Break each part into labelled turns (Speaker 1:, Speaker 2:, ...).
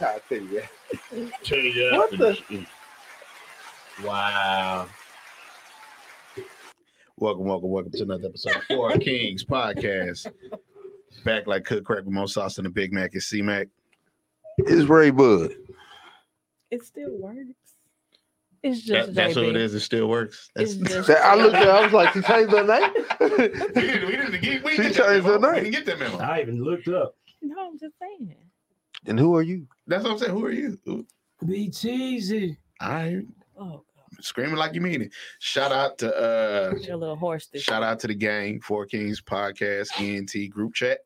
Speaker 1: I'll tell you that.
Speaker 2: Change
Speaker 1: What the-
Speaker 2: Wow. Welcome, welcome, welcome to another episode of Four Kings Podcast. Back like Cook Crack with Mo Sauce and the Big Mac and C Mac.
Speaker 1: It's Ray Bud.
Speaker 3: It still works. It's just
Speaker 2: That, that's
Speaker 3: JB.
Speaker 2: what it is. It still works. That's,
Speaker 3: It's just
Speaker 1: So I looked at her, I was like, she changed her name?
Speaker 2: we didn't get, we
Speaker 1: She
Speaker 2: didn't get that
Speaker 1: changed her
Speaker 2: memo. We
Speaker 1: name.
Speaker 2: didn't get that memo.
Speaker 4: I even looked up.
Speaker 3: No, I'm just saying.
Speaker 1: and who are you?
Speaker 2: That's what I'm saying. Who are you? Ooh,
Speaker 4: Be cheesy.
Speaker 2: I
Speaker 3: Oh
Speaker 2: screaming like you mean it. Shout out to uh
Speaker 3: god, your little horse. This
Speaker 2: Shout out to the gang, Four Kings Podcast, ENT group chat.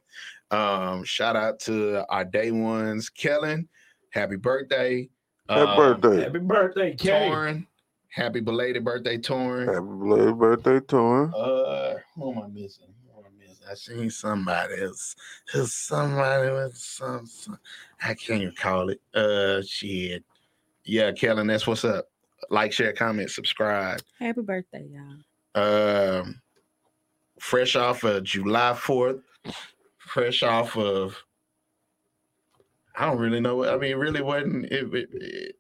Speaker 2: Um, shout out to our day ones, Kellen. Happy birthday.
Speaker 1: Happy
Speaker 2: Um,
Speaker 3: Uh,
Speaker 1: birthday. Happy
Speaker 4: Happy birthday, Kay.
Speaker 2: Torn. Happy belated birthday, Torn.
Speaker 1: belated birthday, Torn.
Speaker 2: Uh, who am I missing? Who am I missing? I seen somebody else. There's somebody with some, some- I can't recall it. Uh, shit. Yeah, Kellen, that's what's up. Like, share, comment, subscribe.
Speaker 3: Happy birthday, y'all.
Speaker 2: um, fresh off of July 4th, fresh off of, I don't really know. what- I mean, it really wasn't, it, it, it,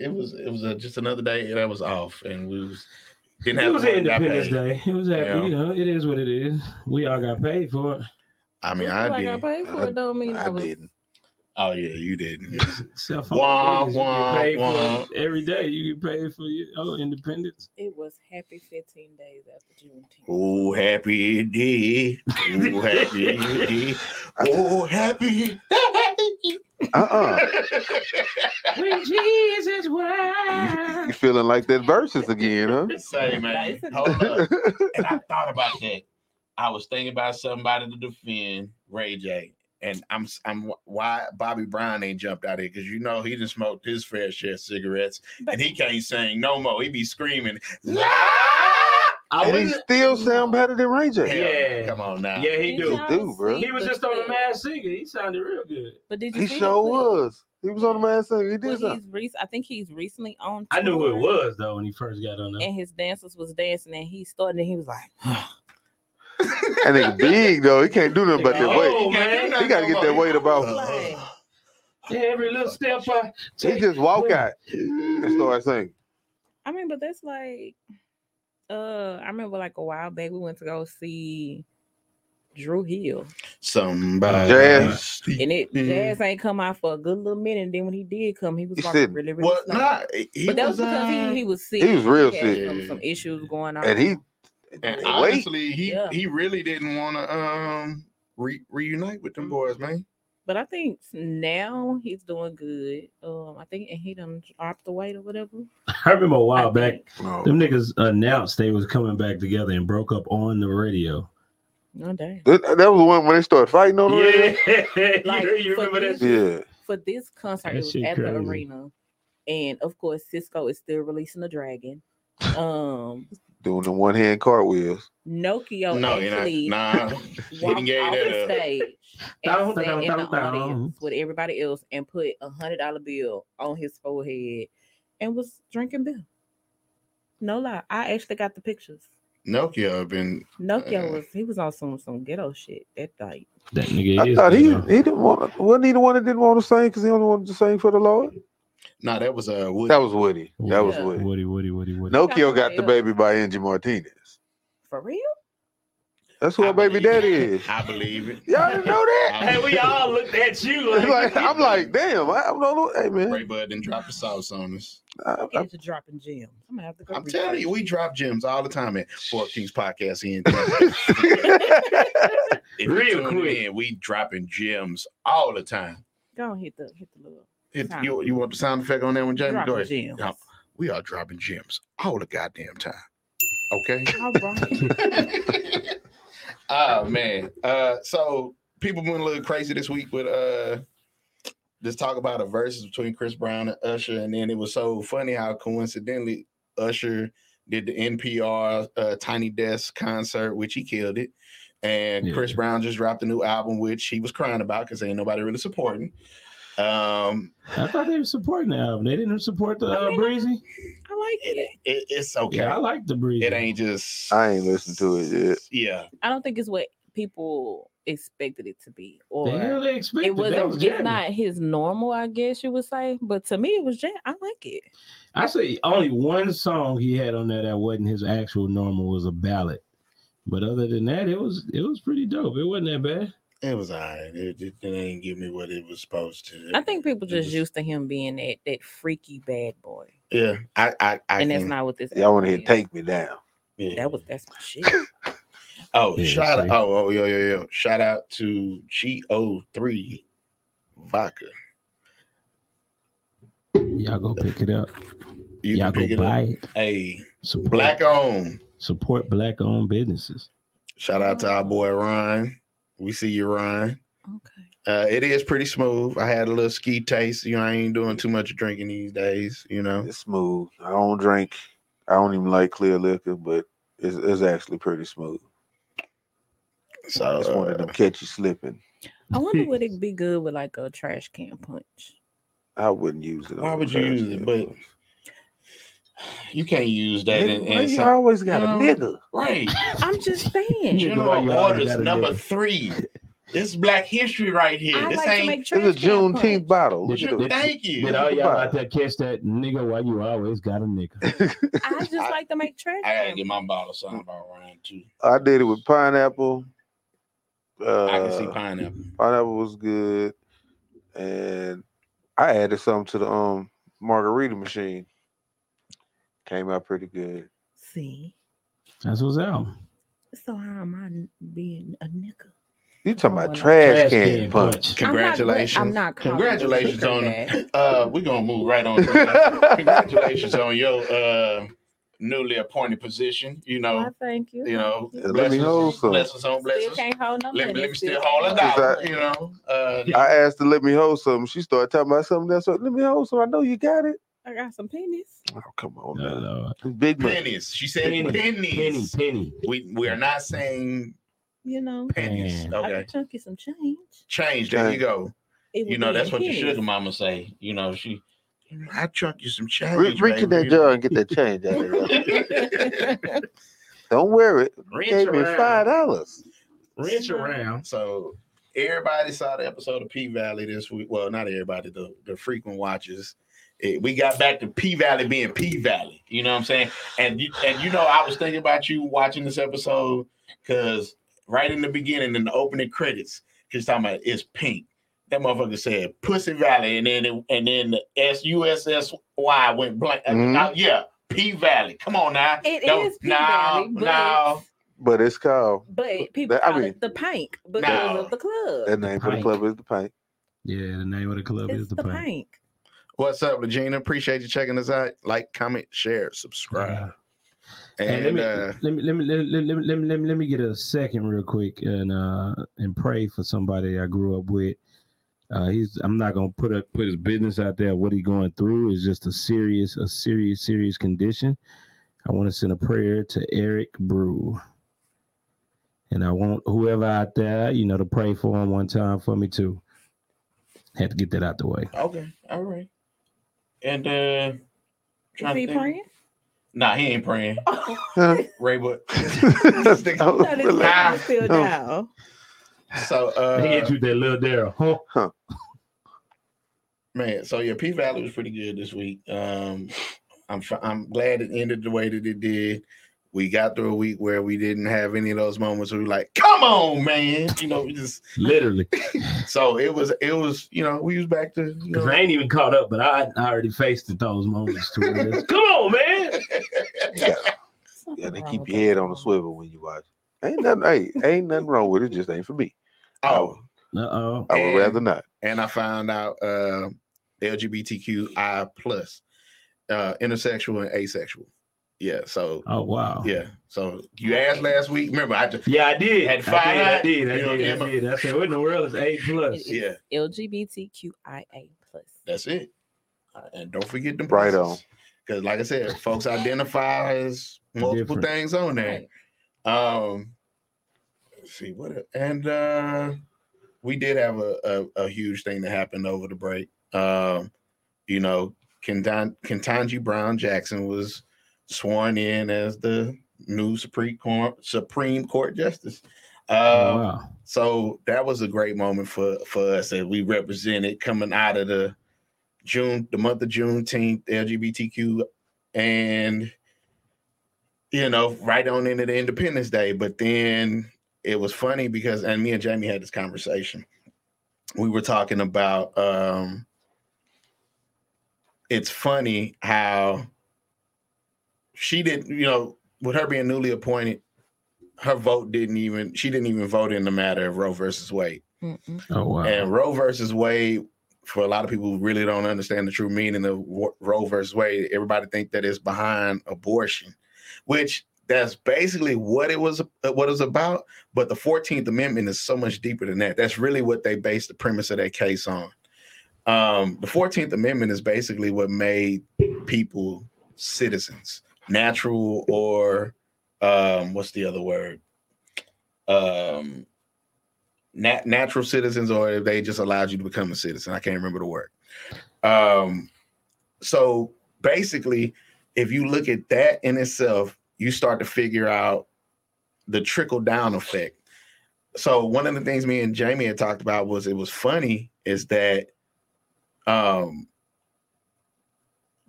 Speaker 2: it was, it was a, just another day that was off and we was, didn't have
Speaker 4: It was
Speaker 2: to worry about
Speaker 4: Independence
Speaker 2: pay.
Speaker 4: Day. It was that,
Speaker 2: Yeah.
Speaker 4: you know, it is what it is. We all got paid for it.
Speaker 2: I mean,
Speaker 3: Just
Speaker 2: I
Speaker 3: like I
Speaker 2: did.
Speaker 3: paid for
Speaker 1: I-
Speaker 3: it don't mean I,
Speaker 1: I
Speaker 3: was.
Speaker 1: didn't.
Speaker 2: Oh yeah, you didn't.
Speaker 4: Self
Speaker 2: Wah, wah,
Speaker 4: paid
Speaker 2: wah.
Speaker 4: for it every day. You get paid for your oh, independence.
Speaker 3: It was happy 15 days after Juneteenth.
Speaker 2: Oh, happy day. Oh, happy day. Oh, happy.
Speaker 1: Uh-uh.
Speaker 4: When Jesus was.
Speaker 1: You feeling like that versus again, huh?
Speaker 2: Say, man, hold up. and I thought about that. I was thinking about somebody to defend Ray J, and I'm I'm why Bobby Brown ain't jumped out here because you know he done smoked his fair share of cigarettes, and he can't sing no more. He be screaming. "La!"
Speaker 4: I
Speaker 1: and he
Speaker 4: was
Speaker 1: still sound better than Ray
Speaker 2: Hell,
Speaker 1: J.
Speaker 4: Yeah.
Speaker 2: come on now.
Speaker 4: Yeah, he
Speaker 3: Did
Speaker 4: do.
Speaker 3: y'all
Speaker 1: do, bro.
Speaker 3: see
Speaker 4: He was
Speaker 3: the
Speaker 4: just on the
Speaker 3: clip?
Speaker 4: mad singer. He sounded real good.
Speaker 3: But did you
Speaker 1: He
Speaker 3: see the
Speaker 1: sure
Speaker 3: clip?
Speaker 1: was. He was on the man saying he
Speaker 3: When
Speaker 1: did something.
Speaker 3: he's rec- I think he's recently on.
Speaker 4: I knew who it
Speaker 3: tour,
Speaker 4: was though when he first got on there.
Speaker 3: And his dancers was dancing, and he started, and he was like,
Speaker 1: And it's big though. He can't do nothing about that
Speaker 4: Oh,
Speaker 1: weight.
Speaker 4: man.
Speaker 1: He gotta get that weight about.
Speaker 4: Every little step I
Speaker 1: He
Speaker 4: take.
Speaker 1: just walk out and start singing.
Speaker 3: I mean, but that's like, uh, I remember like a while back we went to go see Drew Hill,
Speaker 2: Somebody.
Speaker 1: Jazz.
Speaker 3: and it
Speaker 2: Mhm.
Speaker 3: jazz ain't come out for a good little minute. And then when he did come, he was
Speaker 1: Mm-hmm. He
Speaker 3: like
Speaker 1: said-
Speaker 3: really, really
Speaker 2: Well,
Speaker 3: slow.
Speaker 2: not. He
Speaker 3: but that was
Speaker 2: was,
Speaker 3: because
Speaker 2: uh,
Speaker 3: he, he was sick.
Speaker 1: was real
Speaker 3: had
Speaker 1: sick.
Speaker 3: Some, some issues going on,
Speaker 1: And he
Speaker 2: and
Speaker 1: wait.
Speaker 2: honestly, he
Speaker 3: Yeah.
Speaker 2: he really didn't want to um re- reunite with
Speaker 3: Mm.
Speaker 2: them boys, man.
Speaker 3: But I think now he's doing good. Um, I think and he done dropped the weight or whatever.
Speaker 4: I remember a while
Speaker 3: I
Speaker 4: back,
Speaker 3: think.
Speaker 4: them niggas announced they was coming back together and broke up on the radio.
Speaker 3: No damn.
Speaker 1: That, that was the one when they started fighting on the radio.
Speaker 3: Like,
Speaker 4: Oh, you
Speaker 3: for
Speaker 4: remember that?
Speaker 3: this-
Speaker 4: shit?
Speaker 1: Yeah.
Speaker 3: For this concert,
Speaker 4: That
Speaker 3: it was
Speaker 4: shit
Speaker 3: at the
Speaker 4: crazy.
Speaker 3: arena, and of course Cisco is still releasing the dragon. Um,
Speaker 1: Doing the one hand cartwheels.
Speaker 3: Nokia
Speaker 2: no,
Speaker 3: actually
Speaker 2: you know, nah.
Speaker 3: walked off
Speaker 2: gave that
Speaker 3: the
Speaker 2: up.
Speaker 3: stage
Speaker 4: Down,
Speaker 3: and sat
Speaker 4: down,
Speaker 3: in the
Speaker 4: down, down.
Speaker 3: audience with everybody else and put a hundred dollar bill on his forehead and was drinking beer. No lie, I actually got the pictures.
Speaker 2: Nokia have been
Speaker 3: Nokia
Speaker 2: Uh.
Speaker 3: was he was on some some ghetto shit that night.
Speaker 4: That nigga
Speaker 1: I
Speaker 4: is.
Speaker 1: thought he
Speaker 4: ghetto.
Speaker 1: he didn't want wasn't he the one that didn't want to sing because he only wanted to sing for the Lord?
Speaker 2: no, that was a uh, Woody.
Speaker 1: That was Woody. That was
Speaker 3: Yeah.
Speaker 1: Woody.
Speaker 4: Woody, Woody, Woody, Woody.
Speaker 1: Nokia got the baby by Angie Martinez.
Speaker 3: For real?
Speaker 1: That's who
Speaker 2: I
Speaker 1: our baby
Speaker 2: believe
Speaker 1: daddy
Speaker 2: it.
Speaker 1: is.
Speaker 2: I believe it.
Speaker 1: Y'all didn't know that?
Speaker 2: I believe it.
Speaker 4: looked at you
Speaker 1: It's like, I'm like, damn, I, I'm not. Hey man,
Speaker 2: Ray Bud didn't drop the sauce on us.
Speaker 1: I, I,
Speaker 3: Kids are dropping gems. I'm gonna have to go.
Speaker 2: I'm telling you, we drop gems all the time at Four Kings Podcast. ENT. If you
Speaker 4: Real
Speaker 2: tune
Speaker 4: quick.
Speaker 2: in, we dropping gems all the time.
Speaker 3: go and hit the hit the little
Speaker 2: If
Speaker 3: Time.
Speaker 2: you, you want the sound effect on that one, Jamie?
Speaker 3: dropping
Speaker 2: Go ahead.
Speaker 3: gems.
Speaker 2: Yep. We are dropping gems all the goddamn time. Okay.
Speaker 3: All right.
Speaker 2: oh man. Uh so people went a little crazy this week with uh this talk about a versus between Chris Brown and Usher, and then it was so funny how coincidentally Usher did the NPR uh, Tiny Desk concert, which he killed it. And
Speaker 4: Yeah.
Speaker 2: Chris Brown just dropped a new album, which he was crying about because ain't nobody really supporting. Um,
Speaker 4: I thought they were supporting the album. They didn't support the uh, Breezy.
Speaker 3: I like it.
Speaker 2: it, it- it's okay.
Speaker 4: Yeah, I like the Breezy.
Speaker 2: it ain't just.
Speaker 1: I ain't listened to it yet.
Speaker 2: Yeah,
Speaker 3: I don't think it's what people expected it to be, or
Speaker 4: The hell they expected.
Speaker 3: it
Speaker 4: That
Speaker 3: wasn't.
Speaker 4: was
Speaker 3: it's
Speaker 4: Jackman.
Speaker 3: not his normal, I guess you would say. But to me, it was. Jam- I like it.
Speaker 4: I say only one song he had on there that wasn't his actual normal was a ballad. But other than that, it was it was pretty dope. It wasn't that bad.
Speaker 2: It was all right. It, it, it ain't give me what it was supposed to.
Speaker 3: I think people
Speaker 2: It
Speaker 3: just
Speaker 2: was-
Speaker 3: used to him being that that freaky bad boy,
Speaker 2: Yeah, I, I, I
Speaker 3: and that's
Speaker 2: can-
Speaker 3: not what this.
Speaker 1: Y'all want to
Speaker 3: album
Speaker 1: hear
Speaker 3: is.
Speaker 1: "Take Me Down"?
Speaker 2: yeah.
Speaker 3: That was that's my shit.
Speaker 2: Oh,
Speaker 4: Yeah,
Speaker 2: shout out!
Speaker 4: see?
Speaker 2: Oh, oh, yo, yo, yo! Shout out to GO3 Vodka.
Speaker 4: Y'all go pick it up.
Speaker 2: You
Speaker 4: Y'all
Speaker 2: can pick
Speaker 4: go
Speaker 2: it up.
Speaker 4: buy it.
Speaker 2: Hey,
Speaker 4: Support
Speaker 2: black on.
Speaker 4: support black owned businesses.
Speaker 2: Shout out
Speaker 3: Oh.
Speaker 2: to our boy Ryan. We see you, Ryan.
Speaker 3: Okay.
Speaker 2: Uh, it is pretty smooth. I had a little ski taste. You know, I ain't doing too much drinking these days. You know,
Speaker 1: It's smooth. I don't drink. I don't even like clear liquor, but it's, it's actually pretty smooth.
Speaker 2: so uh,
Speaker 1: It's one of them catch you slipping.
Speaker 3: I wonder would it be good with like a trash can punch?
Speaker 1: I wouldn't use it.
Speaker 2: Why
Speaker 1: on
Speaker 2: would you
Speaker 1: trash
Speaker 2: use it?
Speaker 1: can,
Speaker 2: But you can't use that.
Speaker 1: Nigga,
Speaker 2: in,
Speaker 1: why
Speaker 2: in
Speaker 1: you
Speaker 2: some-
Speaker 1: always got a
Speaker 2: you
Speaker 1: nigga.
Speaker 2: right.
Speaker 3: I'm just saying.
Speaker 4: You know why
Speaker 2: General
Speaker 4: you always
Speaker 2: orders
Speaker 4: gotta do
Speaker 2: number
Speaker 4: it.
Speaker 2: three. This Black History right here.
Speaker 3: I
Speaker 2: this
Speaker 3: like to
Speaker 2: ain't.
Speaker 3: make trash
Speaker 1: It's a
Speaker 3: can
Speaker 1: Juneteenth
Speaker 3: punch.
Speaker 1: bottle. Look
Speaker 4: Did
Speaker 1: at
Speaker 4: you-
Speaker 1: the-
Speaker 2: Thank you.
Speaker 4: Did all y'all out there catch that nigga? Why you always got a nigga?
Speaker 3: I just
Speaker 2: I-
Speaker 3: like to make trash.
Speaker 2: I gotta
Speaker 3: can
Speaker 2: get my bottle signed by Ryan too.
Speaker 1: I did it with pineapple. Uh,
Speaker 2: I can see pineapple.
Speaker 1: pineapple was good, and I added some to the um margarita machine. Came out pretty good.
Speaker 3: See,
Speaker 4: That's what's out.
Speaker 3: so how am I n- being a nigga?
Speaker 1: You talking
Speaker 3: Oh,
Speaker 1: about
Speaker 3: no.
Speaker 1: trash, can, punch?
Speaker 2: Congratulations.
Speaker 3: I'm not. gl- I'm not calling it
Speaker 2: Congratulations
Speaker 3: liquor
Speaker 2: on
Speaker 3: bad.
Speaker 2: Uh we're gonna move right on. to that. Congratulations on your uh newly appointed position. You
Speaker 3: Why,
Speaker 2: know,
Speaker 3: thank you.
Speaker 2: you know,
Speaker 1: Let me
Speaker 2: blessings,
Speaker 1: hold some.
Speaker 2: blessings on
Speaker 3: Still
Speaker 2: blessings.
Speaker 3: can't hold no
Speaker 2: Let me,
Speaker 3: money,
Speaker 2: let me
Speaker 3: still
Speaker 2: still hold it
Speaker 3: can't hold
Speaker 2: out,
Speaker 3: money.
Speaker 2: you know. Uh
Speaker 1: I asked to let me hold something. She started talking about something else. Let me hold some. I know you got it.
Speaker 3: I got some pennies.
Speaker 1: Oh, come on,
Speaker 4: No,
Speaker 1: man.
Speaker 4: no.
Speaker 1: Big money.
Speaker 2: pennies. She said pennies.
Speaker 4: Penny, penny.
Speaker 2: We we are not saying
Speaker 3: You know,
Speaker 2: pennies.
Speaker 4: Man.
Speaker 3: I
Speaker 2: Okay.
Speaker 3: could chunk you some change.
Speaker 2: Change, there you go.
Speaker 3: It
Speaker 2: You
Speaker 3: would
Speaker 2: know,
Speaker 3: be
Speaker 2: that's what your
Speaker 3: pennies.
Speaker 2: sugar mama say. You know, she I chuck you some change.
Speaker 1: Re- reach in that
Speaker 2: baby.
Speaker 1: jar and get that change out of there. Don't wear it.
Speaker 2: Reach
Speaker 1: Gave me
Speaker 2: around.
Speaker 1: five dollars.
Speaker 4: Wrench around.
Speaker 2: So everybody saw the episode of P Valley this week. Well, not everybody, the, the frequent watchers. It- we got back to P Valley being P Valley. You know what I'm saying? And you, and you know, I was thinking about you watching this episode because right in the beginning, in the opening credits, she's talking about it's pink. That motherfucker said Pussy Valley, and then it, and then the S U S S Y went blank. Uh,
Speaker 1: Mhm.
Speaker 2: uh, yeah, P Valley. Come on now.
Speaker 3: Mm-hmm. It
Speaker 2: No,
Speaker 3: is P
Speaker 2: no,
Speaker 3: Valley, but,
Speaker 2: no.
Speaker 1: But it's called
Speaker 3: but people
Speaker 1: That- I
Speaker 3: call
Speaker 1: mean-
Speaker 3: it the pink because
Speaker 2: No.
Speaker 3: of the club.
Speaker 1: that name for the
Speaker 4: Pint.
Speaker 1: club is the pint.
Speaker 4: Yeah, the name of the club
Speaker 3: it's
Speaker 4: is the, Pint.
Speaker 3: pink.
Speaker 2: What's up, Regina? Appreciate you checking us out. Like, comment, share, subscribe.
Speaker 4: Hey,
Speaker 2: And
Speaker 4: let, me,
Speaker 2: uh,
Speaker 4: let me let me let me let me let me let me let me get a second real quick and uh and pray for somebody I grew up with. Uh he's I'm not gonna put up put his business out there. What he going through is just a serious, a serious, serious condition. I want to send a prayer to Eric Brew. And I want whoever out there, you know, to pray for him one time for me too. Had to get that out the way.
Speaker 2: okay, all right. And uh
Speaker 3: Is
Speaker 2: trying to
Speaker 3: he
Speaker 2: think.
Speaker 3: praying?
Speaker 2: Nah, he ain't praying.
Speaker 1: Huh?
Speaker 2: Ray but
Speaker 1: I was
Speaker 3: That is
Speaker 1: really-
Speaker 2: Nah.
Speaker 3: nah. still
Speaker 1: No.
Speaker 3: down.
Speaker 2: so
Speaker 4: They
Speaker 2: uh
Speaker 4: get you that little Daryl. Huh?
Speaker 2: man, so yeah, P Valley was pretty good this week. Um I'm fi- I'm glad it ended the way that it did. We got through a week where we didn't have any of those moments where we like, come on, man. You know, we just
Speaker 4: Literally.
Speaker 2: so it was it was, you know, we was back to you
Speaker 4: Because
Speaker 2: know,
Speaker 4: I ain't even caught up, but I, I already faced it those moments too. It's, Come on, man.
Speaker 1: yeah, they keep your head on a swivel when you watch. Ain't nothing. hey, ain't nothing wrong with it. Just ain't for me.
Speaker 2: oh
Speaker 4: Uh oh.
Speaker 1: I
Speaker 2: And-
Speaker 1: would rather not.
Speaker 2: and I found out uh, LGBTQI plus, uh, intersexual and asexual. Yeah, so
Speaker 4: Oh wow.
Speaker 2: yeah, so you asked last week. Remember, I just
Speaker 4: Yeah, I did.
Speaker 2: Had to
Speaker 4: I
Speaker 2: find
Speaker 4: did, I
Speaker 2: out,
Speaker 4: did. I
Speaker 2: you know,
Speaker 4: did. I
Speaker 2: Emma.
Speaker 4: did. I said, what in the world is A plus?
Speaker 2: Yeah.
Speaker 3: LGBTQIA plus.
Speaker 2: that's it. Uh, And don't forget them
Speaker 1: Right
Speaker 2: because like I said, folks identify as multiple
Speaker 4: Different.
Speaker 2: things on there.
Speaker 3: Right.
Speaker 2: Um, let's see what, el- and uh, we did have a, a a huge thing that happened over the break. Um, you know, Kentan- Kentanji Brown Jackson was sworn in as the new Supreme Court Supreme Court Justice.
Speaker 4: Oh,
Speaker 2: Um,
Speaker 4: wow.
Speaker 2: so that was a great moment for for us that we represented coming out of the June, the month of Juneteenth, LGBTQ, and you know, right on into the Independence Day. But then it was funny because and me and Jamie had this conversation. We were talking about um it's funny how she didn't, you know, with her being newly appointed, her vote didn't even she didn't even vote in the matter of Roe versus Wade.
Speaker 3: Mm-mm.
Speaker 4: Oh, wow.
Speaker 2: And Roe versus Wade, for a lot of people who really don't understand the true meaning of wo- Roe versus Wade, everybody think that it's behind abortion, which that's basically what it was uh, what it was about. But the Fourteenth Amendment is so much deeper than that. That's really what they based the premise of that case on. Um, the Fourteenth Amendment is basically what made people citizens, natural or um, what's the other word? Um, nat- natural citizens or if they just allowed you to become a citizen. I can't remember the word. Um, so basically, if you look at that in itself, you start to figure out the trickle down effect. So one of the things me and Jamie had talked about was it was funny is that um,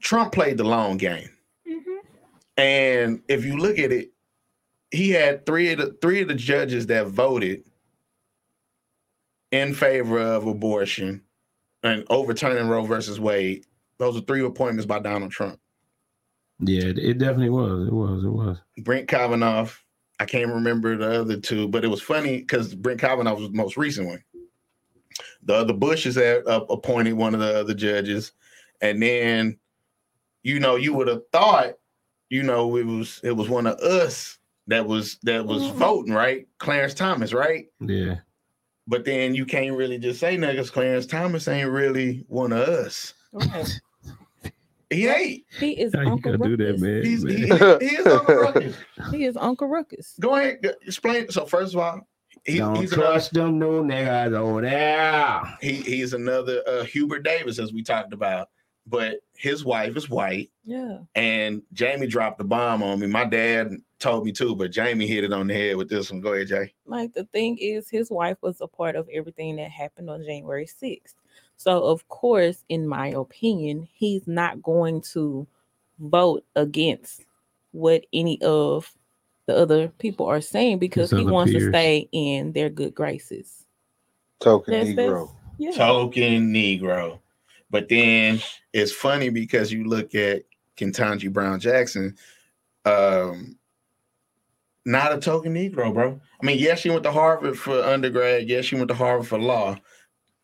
Speaker 2: Trump played the long game. And if you look at it, he had three of the three of the judges that voted in favor of abortion and overturning Roe versus Wade. Those are three appointments by Donald Trump.
Speaker 4: Yeah, it, it definitely was. It was. It was.
Speaker 2: Brent Kavanaugh. I can't remember the other two, but it was funny because Brent Kavanaugh was the most recent one. The other Bushes had uh, appointed one of the other judges, and then, you know, you would have thought, you know, it was it was one of us that was that was voting, right? Clarence Thomas, right?
Speaker 4: Yeah.
Speaker 2: But then you can't really just say nothing 'cause Clarence Thomas ain't really one of us.
Speaker 3: Right.
Speaker 2: He ain't.
Speaker 3: He is
Speaker 4: How you
Speaker 3: Uncle
Speaker 4: gotta do that,
Speaker 3: Ruckus.
Speaker 4: man?
Speaker 2: He's, he,
Speaker 4: man.
Speaker 2: he is on the record.
Speaker 3: He is Uncle Ruckus.
Speaker 2: Go ahead, g- explain. So first of all, he,
Speaker 4: Don't
Speaker 2: he's another,
Speaker 4: trust them new niggas over there.
Speaker 2: he, he's another uh, Hubert Davis, as we talked about. But his wife is white,
Speaker 3: Yeah.
Speaker 2: and Jamie dropped the bomb on me. My dad told me too, but Jamie hit it on the head with this one. Go ahead, Jay.
Speaker 3: Like the thing is, his wife was a part of everything that happened on January 6th. So, of course, in my opinion, he's not going to vote against what any of the other people are saying because he
Speaker 4: other
Speaker 3: wants to
Speaker 4: peers.
Speaker 3: stay in their good graces.
Speaker 1: Token
Speaker 3: That's-
Speaker 1: Negro.
Speaker 3: that's- Yeah.
Speaker 2: Token Negro. But then it's funny because you look at Kentanji Brown Jackson, um, not a token Negro, bro. I mean, yes, she went to Harvard for undergrad. Yes, she went to Harvard for law.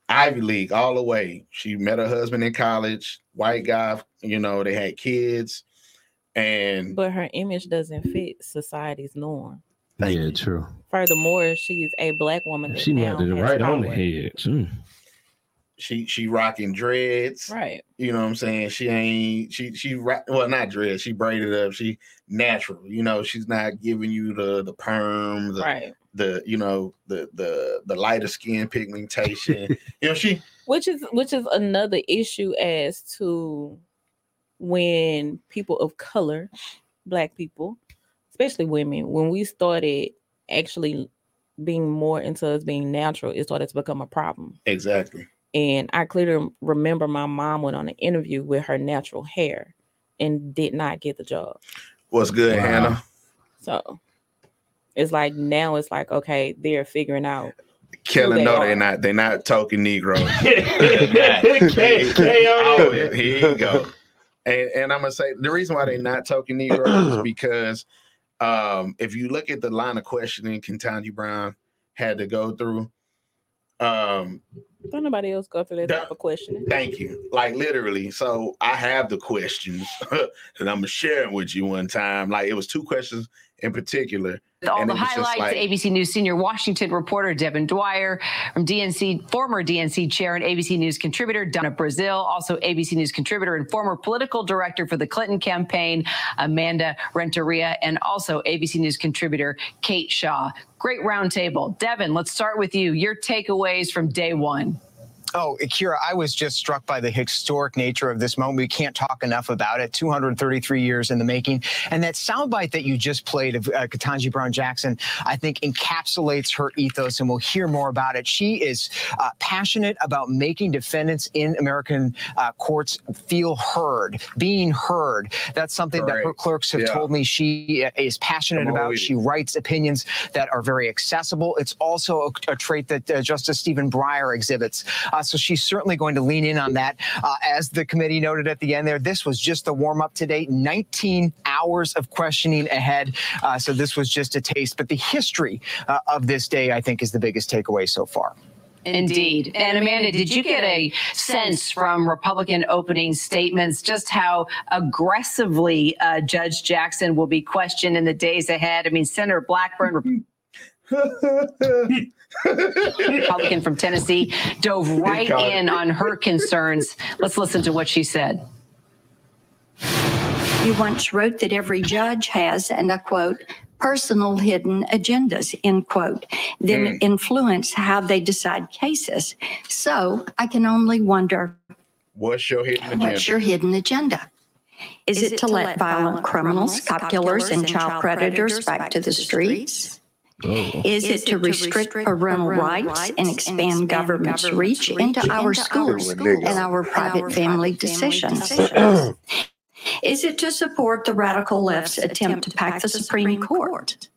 Speaker 2: Ivy League all the way. She met her husband in college, white guy, you know, they had kids. And
Speaker 3: But her image doesn't fit society's norm.
Speaker 2: Thank
Speaker 4: yeah,
Speaker 2: you.
Speaker 4: true.
Speaker 3: Furthermore, she's a black woman. That
Speaker 4: She
Speaker 3: now
Speaker 4: knocked it
Speaker 3: has
Speaker 4: right on the
Speaker 3: power.
Speaker 4: head. Mm.
Speaker 2: she she rocking dreads.
Speaker 3: Right.
Speaker 2: You know what I'm saying? She ain't she she ra- well not dread. She braided up. She natural. You know she's not giving you the the perm, the,
Speaker 3: Right.
Speaker 2: the you know the the the lighter skin pigmentation. you know she
Speaker 3: which is which is another issue as to when people of color black people especially women when we started actually being more into us being natural it started to become a problem
Speaker 2: exactly
Speaker 3: and i clearly remember my mom went on an interview with her natural hair and did not get the job
Speaker 2: what's good,
Speaker 4: Wow.
Speaker 2: Hannah.
Speaker 3: so it's like now it's like okay they're figuring out
Speaker 2: Kelly,
Speaker 3: they
Speaker 2: no,
Speaker 3: are.
Speaker 2: they're not. They're not token Negroes.
Speaker 4: K-
Speaker 2: Oh,
Speaker 4: KO.
Speaker 2: yeah, here you go. And, and I'm gonna say the reason why they're not token Negroes is because um, if you look at the line of questioning Kentanji Brown had to go through, um,
Speaker 3: don't nobody else go through that
Speaker 2: That-
Speaker 3: type of questioning
Speaker 2: thank you, like literally. So I have the questions and I'm sharing with you one time. Like it was two questions in particular.
Speaker 5: all
Speaker 2: And
Speaker 5: the
Speaker 2: it was just
Speaker 5: highlights
Speaker 2: like-
Speaker 5: ABC News senior Washington reporter Devin Dwyer from DNC, former DNC chair and ABC News contributor Donna Brazil, also ABC News contributor and former political director for the Clinton campaign Amanda Renteria, and also ABC News contributor Kate Shaw. Great roundtable, Devin. Let's start with you. Your takeaways from day one.
Speaker 6: Oh, Akira, I was just struck by the historic nature of this moment. We can't talk enough about it. 233 years in the making. And that soundbite that you just played of uh, Katanji Brown Jackson, I think encapsulates her ethos, and we'll hear more about it. She is uh, passionate about making defendants in American uh, courts feel heard, being heard. That's something that her
Speaker 2: Correct.
Speaker 6: clerks have
Speaker 2: Yeah.
Speaker 6: told me she uh, is passionate
Speaker 2: I'm all
Speaker 6: about.
Speaker 2: with
Speaker 6: She writes opinions that are very accessible. It's also a, a trait that uh, Justice Stephen Breyer exhibits. Uh, so she's certainly going to lean in on that. Uh, as the committee noted at the end there, this was just the warm up today, 19 hours of questioning ahead. Uh, so this was just a taste. But the history uh, of this day, I think, is the biggest takeaway so far.
Speaker 5: Indeed. And Amanda, did you get a sense from Republican opening statements just how aggressively uh, Judge Jackson will be questioned in the days ahead? I mean, Senator Blackburn, Republican from Tennessee, dove right
Speaker 2: God.
Speaker 5: in on her concerns. Let's listen to what she said.
Speaker 7: You once wrote that every judge has, and I quote, personal hidden agendas, end quote, that influence how they decide cases. So I can only wonder
Speaker 2: What's your hidden
Speaker 7: what's
Speaker 2: agenda?
Speaker 7: your hidden agenda? Is it to let violent criminals, cop killers, and child predators back to the streets?
Speaker 4: Oh,
Speaker 7: Is it to restrict parental rights and expand government's reach into our schools
Speaker 1: schools and
Speaker 7: and our private family decisions?
Speaker 1: Oh,
Speaker 7: Is it to support the radical left's attempt to pack the Supreme Court?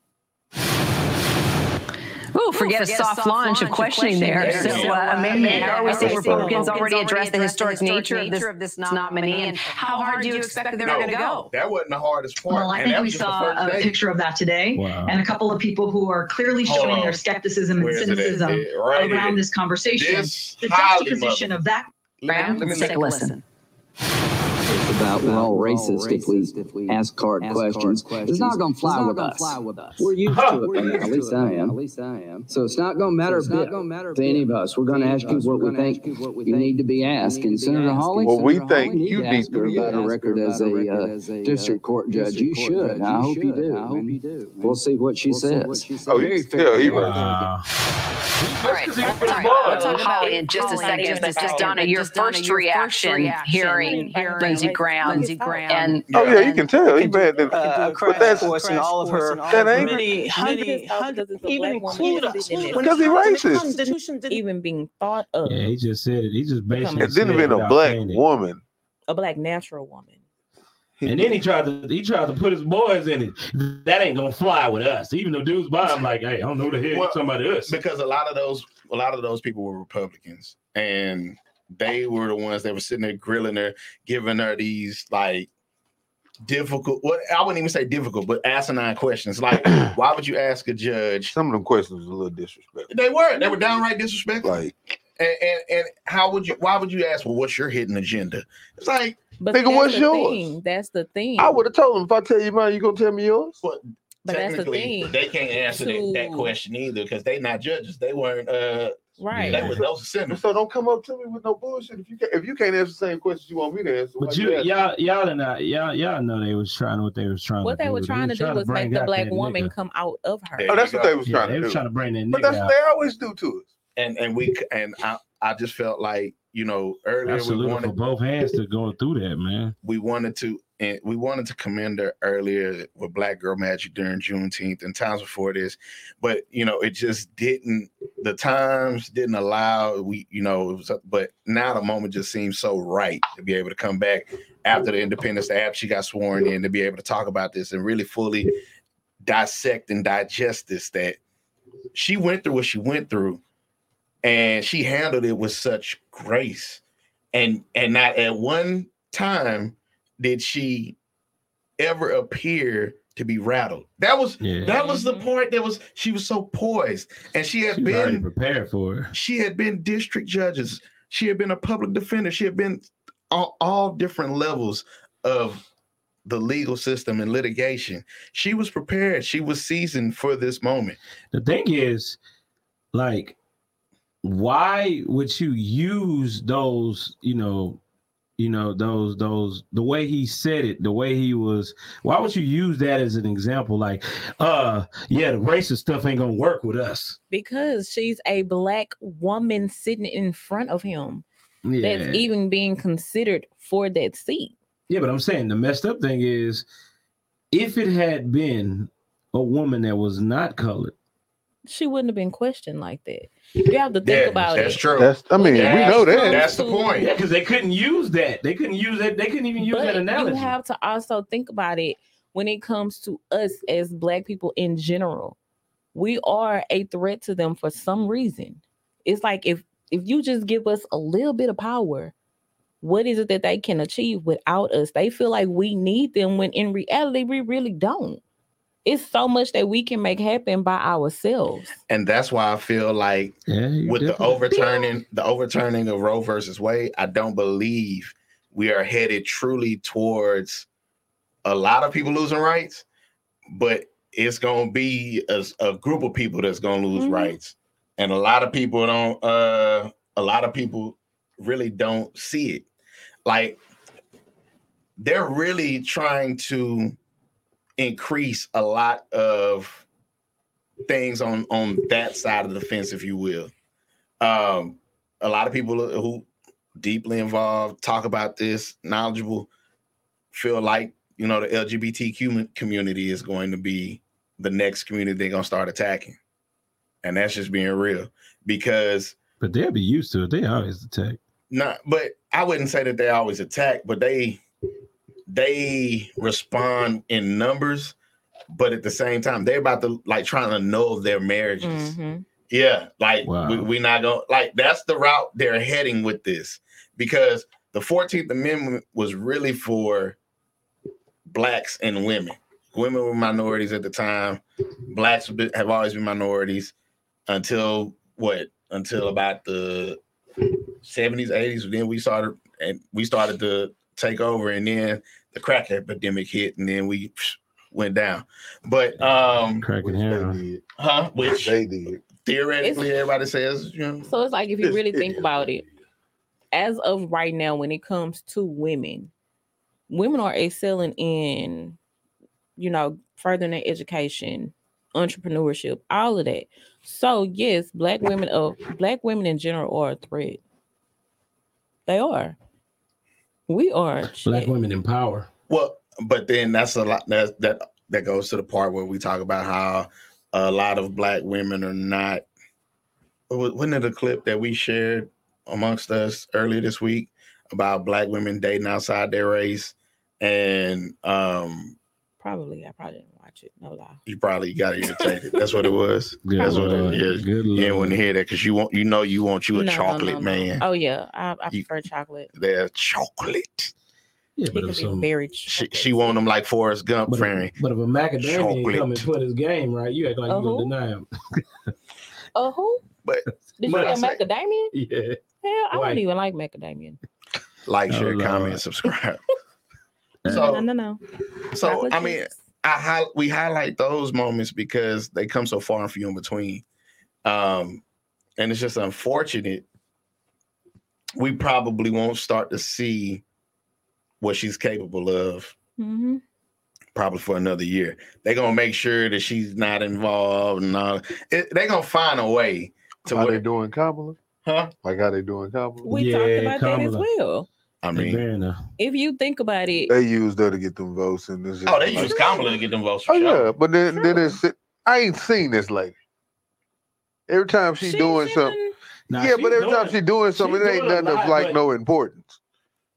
Speaker 5: Ooh, forget, a soft, launch of questioning, there.
Speaker 2: there.
Speaker 5: So,
Speaker 2: So,
Speaker 5: uh, Amanda,
Speaker 2: Amanda,
Speaker 5: I always say
Speaker 2: always say
Speaker 5: Republicans
Speaker 2: Republicans
Speaker 5: already addressed the historic nature of this, nominee. And how hard do you expect that they're
Speaker 2: No.
Speaker 5: going to go?
Speaker 2: That wasn't the hardest part.
Speaker 8: Well, I
Speaker 2: and that
Speaker 8: think we
Speaker 2: was just the
Speaker 8: saw
Speaker 2: first
Speaker 8: a
Speaker 2: day.
Speaker 8: picture of that today,
Speaker 4: Wow.
Speaker 8: and a couple of people who are clearly
Speaker 2: Hold
Speaker 8: showing
Speaker 2: on.
Speaker 8: their skepticism and
Speaker 2: Where's Oh, it at?
Speaker 8: cynicism
Speaker 2: It- right
Speaker 8: around
Speaker 2: here.
Speaker 8: this conversation.
Speaker 2: This
Speaker 8: the
Speaker 2: highly
Speaker 8: juxtaposition of that
Speaker 2: Let me- let
Speaker 5: Let's
Speaker 2: me-
Speaker 5: take a listen.
Speaker 9: It's about we're all racist if we ask hard questions. It's not going to fly with us. We're used
Speaker 2: Huh.
Speaker 9: to it. man. At least I am. At least I am. So it's not going to
Speaker 10: So
Speaker 9: matter
Speaker 10: it's
Speaker 9: a
Speaker 10: not
Speaker 9: bit
Speaker 10: gonna matter a
Speaker 9: to any
Speaker 10: bit
Speaker 9: of us. We're going to
Speaker 10: to
Speaker 9: ask
Speaker 10: us.
Speaker 9: you
Speaker 10: We're
Speaker 9: what we
Speaker 10: gonna
Speaker 9: think
Speaker 10: ask you what we
Speaker 9: you
Speaker 10: think
Speaker 9: need to be
Speaker 10: need
Speaker 9: asked.
Speaker 10: to be
Speaker 9: And Senator
Speaker 10: asked.
Speaker 9: Hawley,
Speaker 1: Well, we
Speaker 9: Senator Hawley,
Speaker 1: think you
Speaker 9: to
Speaker 1: need
Speaker 9: ask
Speaker 1: to
Speaker 9: her
Speaker 1: be
Speaker 9: about her
Speaker 1: asked
Speaker 9: record as
Speaker 10: about her
Speaker 9: a
Speaker 10: record
Speaker 9: uh,
Speaker 10: as a, uh,
Speaker 9: district court judge. You
Speaker 10: district court
Speaker 9: should.
Speaker 10: judge.
Speaker 9: I
Speaker 10: You
Speaker 9: hope you
Speaker 10: should.
Speaker 9: do.
Speaker 10: I hope
Speaker 9: And
Speaker 10: you do.
Speaker 9: We'll see what she
Speaker 10: We'll see what
Speaker 9: says.
Speaker 10: she says.
Speaker 1: Oh, you
Speaker 9: Very
Speaker 1: can tell he
Speaker 9: fair.
Speaker 1: was-
Speaker 4: wow.
Speaker 5: All right, all right. We'll talk about in just a second. But just Donna, your first reaction hearing Lindsey Graham and
Speaker 1: Oh yeah, you can tell. He bad. than-
Speaker 6: Uh, a
Speaker 1: but
Speaker 6: crash
Speaker 1: that's
Speaker 6: course in all of her
Speaker 1: that ain't-
Speaker 6: many, hundred, hundred, even include us.
Speaker 1: When Because he racist.
Speaker 3: even being thought of
Speaker 4: Yeah, he just said it. He just basically.
Speaker 1: it didn't
Speaker 4: said
Speaker 1: been a
Speaker 4: without
Speaker 1: black
Speaker 4: saying it.
Speaker 1: woman.
Speaker 3: a black natural woman.
Speaker 4: And then he tried to he tried to put his boys in it. That ain't gonna fly with us. Even though dudes by, I'm like, hey, I don't know the hell you're
Speaker 2: Well,
Speaker 4: talking about us.
Speaker 2: because a lot of those a lot of those people were republicans and they were the ones that were sitting there grilling her giving her these like difficult what i wouldn't even say difficult but asinine questions like why would you ask a judge
Speaker 1: Some of them questions was a little disrespectful.
Speaker 2: they were they were downright disrespectful
Speaker 1: Like,
Speaker 2: and, and and how would you why would you ask well what's your hidden agenda it's like
Speaker 3: But
Speaker 1: Nigga,
Speaker 3: that's
Speaker 1: what's
Speaker 3: the
Speaker 1: yours?
Speaker 3: thing. That's the thing.
Speaker 1: I would have told him if I tell you mine, you gonna tell me yours.
Speaker 3: But that's the
Speaker 2: technically
Speaker 3: thing.
Speaker 2: they can't answer that, that
Speaker 3: To-
Speaker 2: question either because they not judges they weren't uh
Speaker 3: right.
Speaker 2: they was those sinners
Speaker 1: So don't come up to me with no bullshit. If you can't, if you can't answer the same questions you want me to answer, why
Speaker 4: But you,
Speaker 1: ask?
Speaker 4: y'all, y'all and I, y'all, y'all know they was trying what they was trying.
Speaker 3: What
Speaker 4: to
Speaker 3: they were
Speaker 4: do.
Speaker 3: trying to do was
Speaker 4: bring
Speaker 3: make the
Speaker 4: out
Speaker 3: black
Speaker 4: that
Speaker 3: woman
Speaker 4: nigga.
Speaker 3: come out of her.
Speaker 2: Yeah.
Speaker 1: oh, that's what they was
Speaker 4: Yeah,
Speaker 1: trying
Speaker 4: they
Speaker 1: to
Speaker 4: was
Speaker 1: do.
Speaker 4: trying to bring that
Speaker 1: But
Speaker 4: nigga
Speaker 1: that's
Speaker 4: out.
Speaker 1: what they always do to us.
Speaker 2: and and we c- and I I just felt like you know earlier we
Speaker 4: Absolutely, for
Speaker 2: wanted
Speaker 4: both hands to go through that, man.
Speaker 2: we wanted to and we wanted to commend her earlier with Black Girl Magic during Juneteenth and times before this, but you know it just didn't the times didn't allow we you know it was but now the moment just seems so right to be able to come back after the Independence Day after she got sworn in to be able to talk about this and really fully dissect and digest this that she went through what she went through and she handled it with such grace and and not at one time did she ever appear to be rattled that was
Speaker 4: Yeah,
Speaker 2: that was
Speaker 3: Mm-hmm.
Speaker 2: the part that was she was so poised and she had
Speaker 4: she was already
Speaker 2: been
Speaker 4: prepared for it.
Speaker 2: she had been district judges she had been a public defender she had been all, all different levels of the legal system and litigation she was prepared she was seasoned for this moment
Speaker 4: The thing is, like, why would you use those, you know, you know those those the way he said it the way he was why would you use that as an example like uh yeah the racist stuff ain't gonna work with us
Speaker 3: because she's a black woman sitting in front of him
Speaker 4: yeah
Speaker 3: that's e- even being considered for that seat.
Speaker 4: yeah but i'm saying the messed up thing is if it had been a woman that was not colored
Speaker 3: She wouldn't have been questioned like that. You have to think
Speaker 2: Yeah,
Speaker 3: about
Speaker 2: that's
Speaker 3: it.
Speaker 2: true.
Speaker 1: That's I mean,
Speaker 2: That's-
Speaker 1: we know that.
Speaker 2: That's the point.
Speaker 4: yeah because they couldn't use that they couldn't use that they couldn't even use
Speaker 3: But
Speaker 4: that analogy
Speaker 3: you have to also think about it when it comes to us as black people in general. We are a threat to them for some reason. It's like if if you just give us a little bit of power, what is it that they can achieve without us? They feel like we need them when in reality we really don't. It's so much that we can make happen by ourselves.
Speaker 2: And that's why I feel like
Speaker 4: yeah you
Speaker 2: with the
Speaker 4: definitely-
Speaker 2: overturning the overturning of Roe versus Wade, I don't believe we are headed truly towards a lot of people losing rights, but it's gonna be a, a group of people that's gonna lose
Speaker 3: Mhm.
Speaker 2: rights, and a lot of people don't. Uh, a lot of people really don't see it. Like they're really trying to increase a lot of things on on that side of the fence, if you will. Um, a lot of people who deeply involved talk about this, knowledgeable, feel like you know the LGBTQ community is going to be the next community they're gonna start attacking, and that's just being real because
Speaker 4: but they'll be used to it they always attack
Speaker 2: not. But I wouldn't say that they always attack, but they they respond in numbers. But at the same time, they're about to like trying to know their marriages.
Speaker 3: Mm. Mm-hmm.
Speaker 2: Yeah, like
Speaker 4: Wow.
Speaker 2: we, we not going to like that's the route they're heading with this because the 14th Amendment was really for blacks and women. Women were minorities at the time. Blacks have been- have always been minorities until what? Until about the 70s, 80s. Then we started and we started to take over, and then the crack epidemic hit, and then we psh, went down. But um,
Speaker 4: cracking heroin
Speaker 2: huh?
Speaker 1: Which
Speaker 2: Which
Speaker 1: they did.
Speaker 2: theoretically everybody says you know
Speaker 3: So it's like if you
Speaker 1: It's-
Speaker 3: really
Speaker 1: it-
Speaker 3: think about it, as of right now, when it comes to women, women are excelling in, you know, furthering their education, entrepreneurship, all of that. So yes, black women of black women in general are a threat. They are. We are.
Speaker 4: black
Speaker 3: shit.
Speaker 4: women in power
Speaker 2: well but then that's a lot that that that goes to the part where we talk about how a lot of black women are not wa- wasn't it a clip that we shared amongst us earlier this week about black women dating outside their race and um
Speaker 3: Probably. I probably didn't watch it. No lie.
Speaker 2: you probably got irritated that's what it was
Speaker 4: good
Speaker 2: That's what it
Speaker 4: lord.
Speaker 2: is.
Speaker 4: good
Speaker 2: you didn't
Speaker 4: lord.
Speaker 2: want to hear that because you want you know you want you a
Speaker 3: No, no, no,
Speaker 2: chocolate
Speaker 3: no.
Speaker 2: man
Speaker 3: Oh yeah, I, I
Speaker 2: You-
Speaker 3: prefer chocolate.
Speaker 2: they're chocolate
Speaker 4: yeah
Speaker 3: He
Speaker 4: but
Speaker 3: can
Speaker 4: if
Speaker 3: be
Speaker 4: some
Speaker 3: very
Speaker 2: she,
Speaker 3: chocolate.
Speaker 2: she want them like Forrest Gump
Speaker 4: But
Speaker 2: fairy
Speaker 4: if, but if a macadamia ain't
Speaker 2: Chocolate.
Speaker 4: coming for this game, right? You act like
Speaker 3: Uh-huh.
Speaker 4: you gonna deny him.
Speaker 3: Uh, who?
Speaker 2: But-
Speaker 3: did you
Speaker 2: but I
Speaker 3: get
Speaker 2: say-
Speaker 3: macadamia?
Speaker 4: yeah.
Speaker 3: Hell, I
Speaker 4: Why?
Speaker 3: don't even like macadamia.
Speaker 2: like,
Speaker 4: Oh,
Speaker 2: share,
Speaker 4: Lord.
Speaker 2: comment, subscribe.
Speaker 3: no,
Speaker 2: so,
Speaker 3: no, no.
Speaker 2: so
Speaker 3: Chocolate
Speaker 2: I mean,
Speaker 3: chips.
Speaker 2: I hi- we highlight those moments because they come so far and few in between, um, and it's just unfortunate. We probably won't start to see what she's capable of
Speaker 3: Mhm.
Speaker 2: probably for another year. They're gonna make sure that she's not involved, and all. It, they're gonna find a way to
Speaker 1: How they
Speaker 2: where,
Speaker 1: doing Kamala?
Speaker 2: huh?
Speaker 1: Like how they doing Kamala?
Speaker 3: we
Speaker 4: Yeah,
Speaker 3: talked about that as
Speaker 4: Kamala.
Speaker 3: well.
Speaker 2: I
Speaker 4: I
Speaker 2: mean,
Speaker 3: If you think about it,
Speaker 1: They used her to get them votes and this.
Speaker 2: oh, they use Kamala to get them votes. For
Speaker 1: Oh
Speaker 2: sure.
Speaker 1: yeah, but then then
Speaker 3: Sure.
Speaker 1: it's I ain't seen this lady. Every time she,
Speaker 3: she-
Speaker 1: doing
Speaker 3: she
Speaker 1: something,
Speaker 3: done-
Speaker 1: yeah, but every time she doing
Speaker 4: she
Speaker 1: something, it ain't
Speaker 4: doing a
Speaker 1: nothing of
Speaker 4: lot,
Speaker 1: like
Speaker 4: but-
Speaker 1: no importance.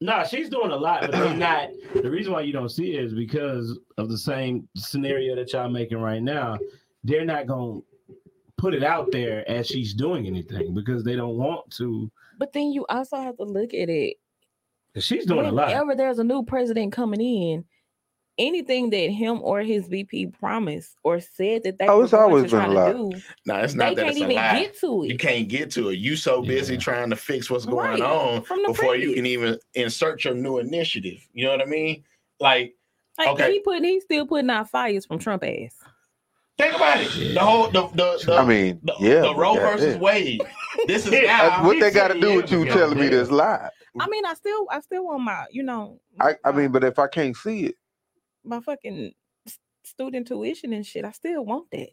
Speaker 4: nah, she's doing a lot, but they're not. The reason why you don't see it is because of the same scenario that y'all making right now. They're not gonna put it out there as she's doing anything because they don't want to.
Speaker 3: but then you also have to look at it.
Speaker 4: 'cause She's doing a lot.
Speaker 3: Whenever there's a new president coming in, anything that him or his VP promised or said that they
Speaker 1: Oh,
Speaker 3: were
Speaker 1: it's
Speaker 3: going
Speaker 1: always
Speaker 3: to try
Speaker 1: been a
Speaker 3: to
Speaker 1: lie.
Speaker 3: do,
Speaker 2: No, it's
Speaker 3: they
Speaker 2: not that
Speaker 3: can't
Speaker 2: it's a
Speaker 3: even
Speaker 2: lie.
Speaker 3: get to
Speaker 2: you
Speaker 3: it.
Speaker 2: can't get to it. You so busy
Speaker 4: Yeah.
Speaker 2: trying to fix what's
Speaker 3: Right,
Speaker 2: going on
Speaker 3: from the
Speaker 2: before you
Speaker 3: previous.
Speaker 2: can even insert your new initiative. You know what I mean? Like,
Speaker 3: Like
Speaker 2: Okay.
Speaker 3: he putting, he's still putting out fires from Trump ass.
Speaker 2: think about it. The whole the the, the
Speaker 1: I mean,
Speaker 2: the,
Speaker 1: yeah,
Speaker 2: the
Speaker 1: but
Speaker 2: Roe
Speaker 1: goddamn.
Speaker 2: versus Wade. This is
Speaker 1: That's
Speaker 2: now
Speaker 1: what they got to do with
Speaker 2: Yeah,
Speaker 1: you telling me
Speaker 2: goddamn.
Speaker 1: this lie.
Speaker 3: I mean, I still, I still want my, you know,
Speaker 1: I, I mean, but if I can't see it,
Speaker 3: my fucking s- student tuition and shit. I still want that.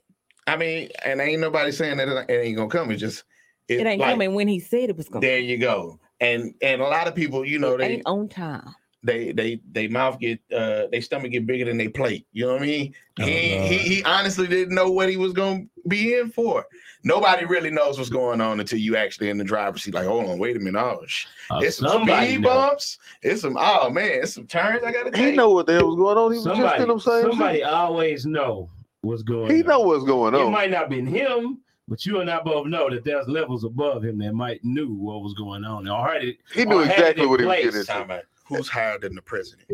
Speaker 2: I mean, and ain't nobody saying that it ain't gonna come. It's just
Speaker 3: It, ain't
Speaker 2: like,
Speaker 3: coming when he said it was coming.
Speaker 2: There you go. And and a lot of people, you know,
Speaker 3: it
Speaker 2: they
Speaker 3: ain't on time.
Speaker 2: they they they mouth get uh they stomach get bigger than they plate. You know what I mean?
Speaker 4: Oh,
Speaker 2: he, ain't- he
Speaker 4: Lord.
Speaker 2: he honestly didn't know what he was gonna be in for. Nobody really knows what's going on until you actually in the driver's seat. Like, hold on, wait a minute. Oh, sh-
Speaker 4: Uh,
Speaker 2: it's some
Speaker 4: somebody
Speaker 2: speed
Speaker 4: know.
Speaker 2: bumps. It's some oh man, it's some turns I gotta
Speaker 1: he
Speaker 2: take.
Speaker 1: know what the hell was going on. He was just in
Speaker 4: Somebody,
Speaker 1: them same.
Speaker 4: somebody always know what's going.
Speaker 1: He
Speaker 4: on.
Speaker 1: know what's going
Speaker 4: It
Speaker 1: on.
Speaker 4: might not been him, but you and I both know that there's levels above him that might knew what was going on. All right, it,
Speaker 1: he knew
Speaker 4: or had it
Speaker 1: exactly
Speaker 4: in
Speaker 1: what he was
Speaker 4: place.
Speaker 1: getting
Speaker 2: Time
Speaker 1: into.
Speaker 2: out. Who's higher than the president?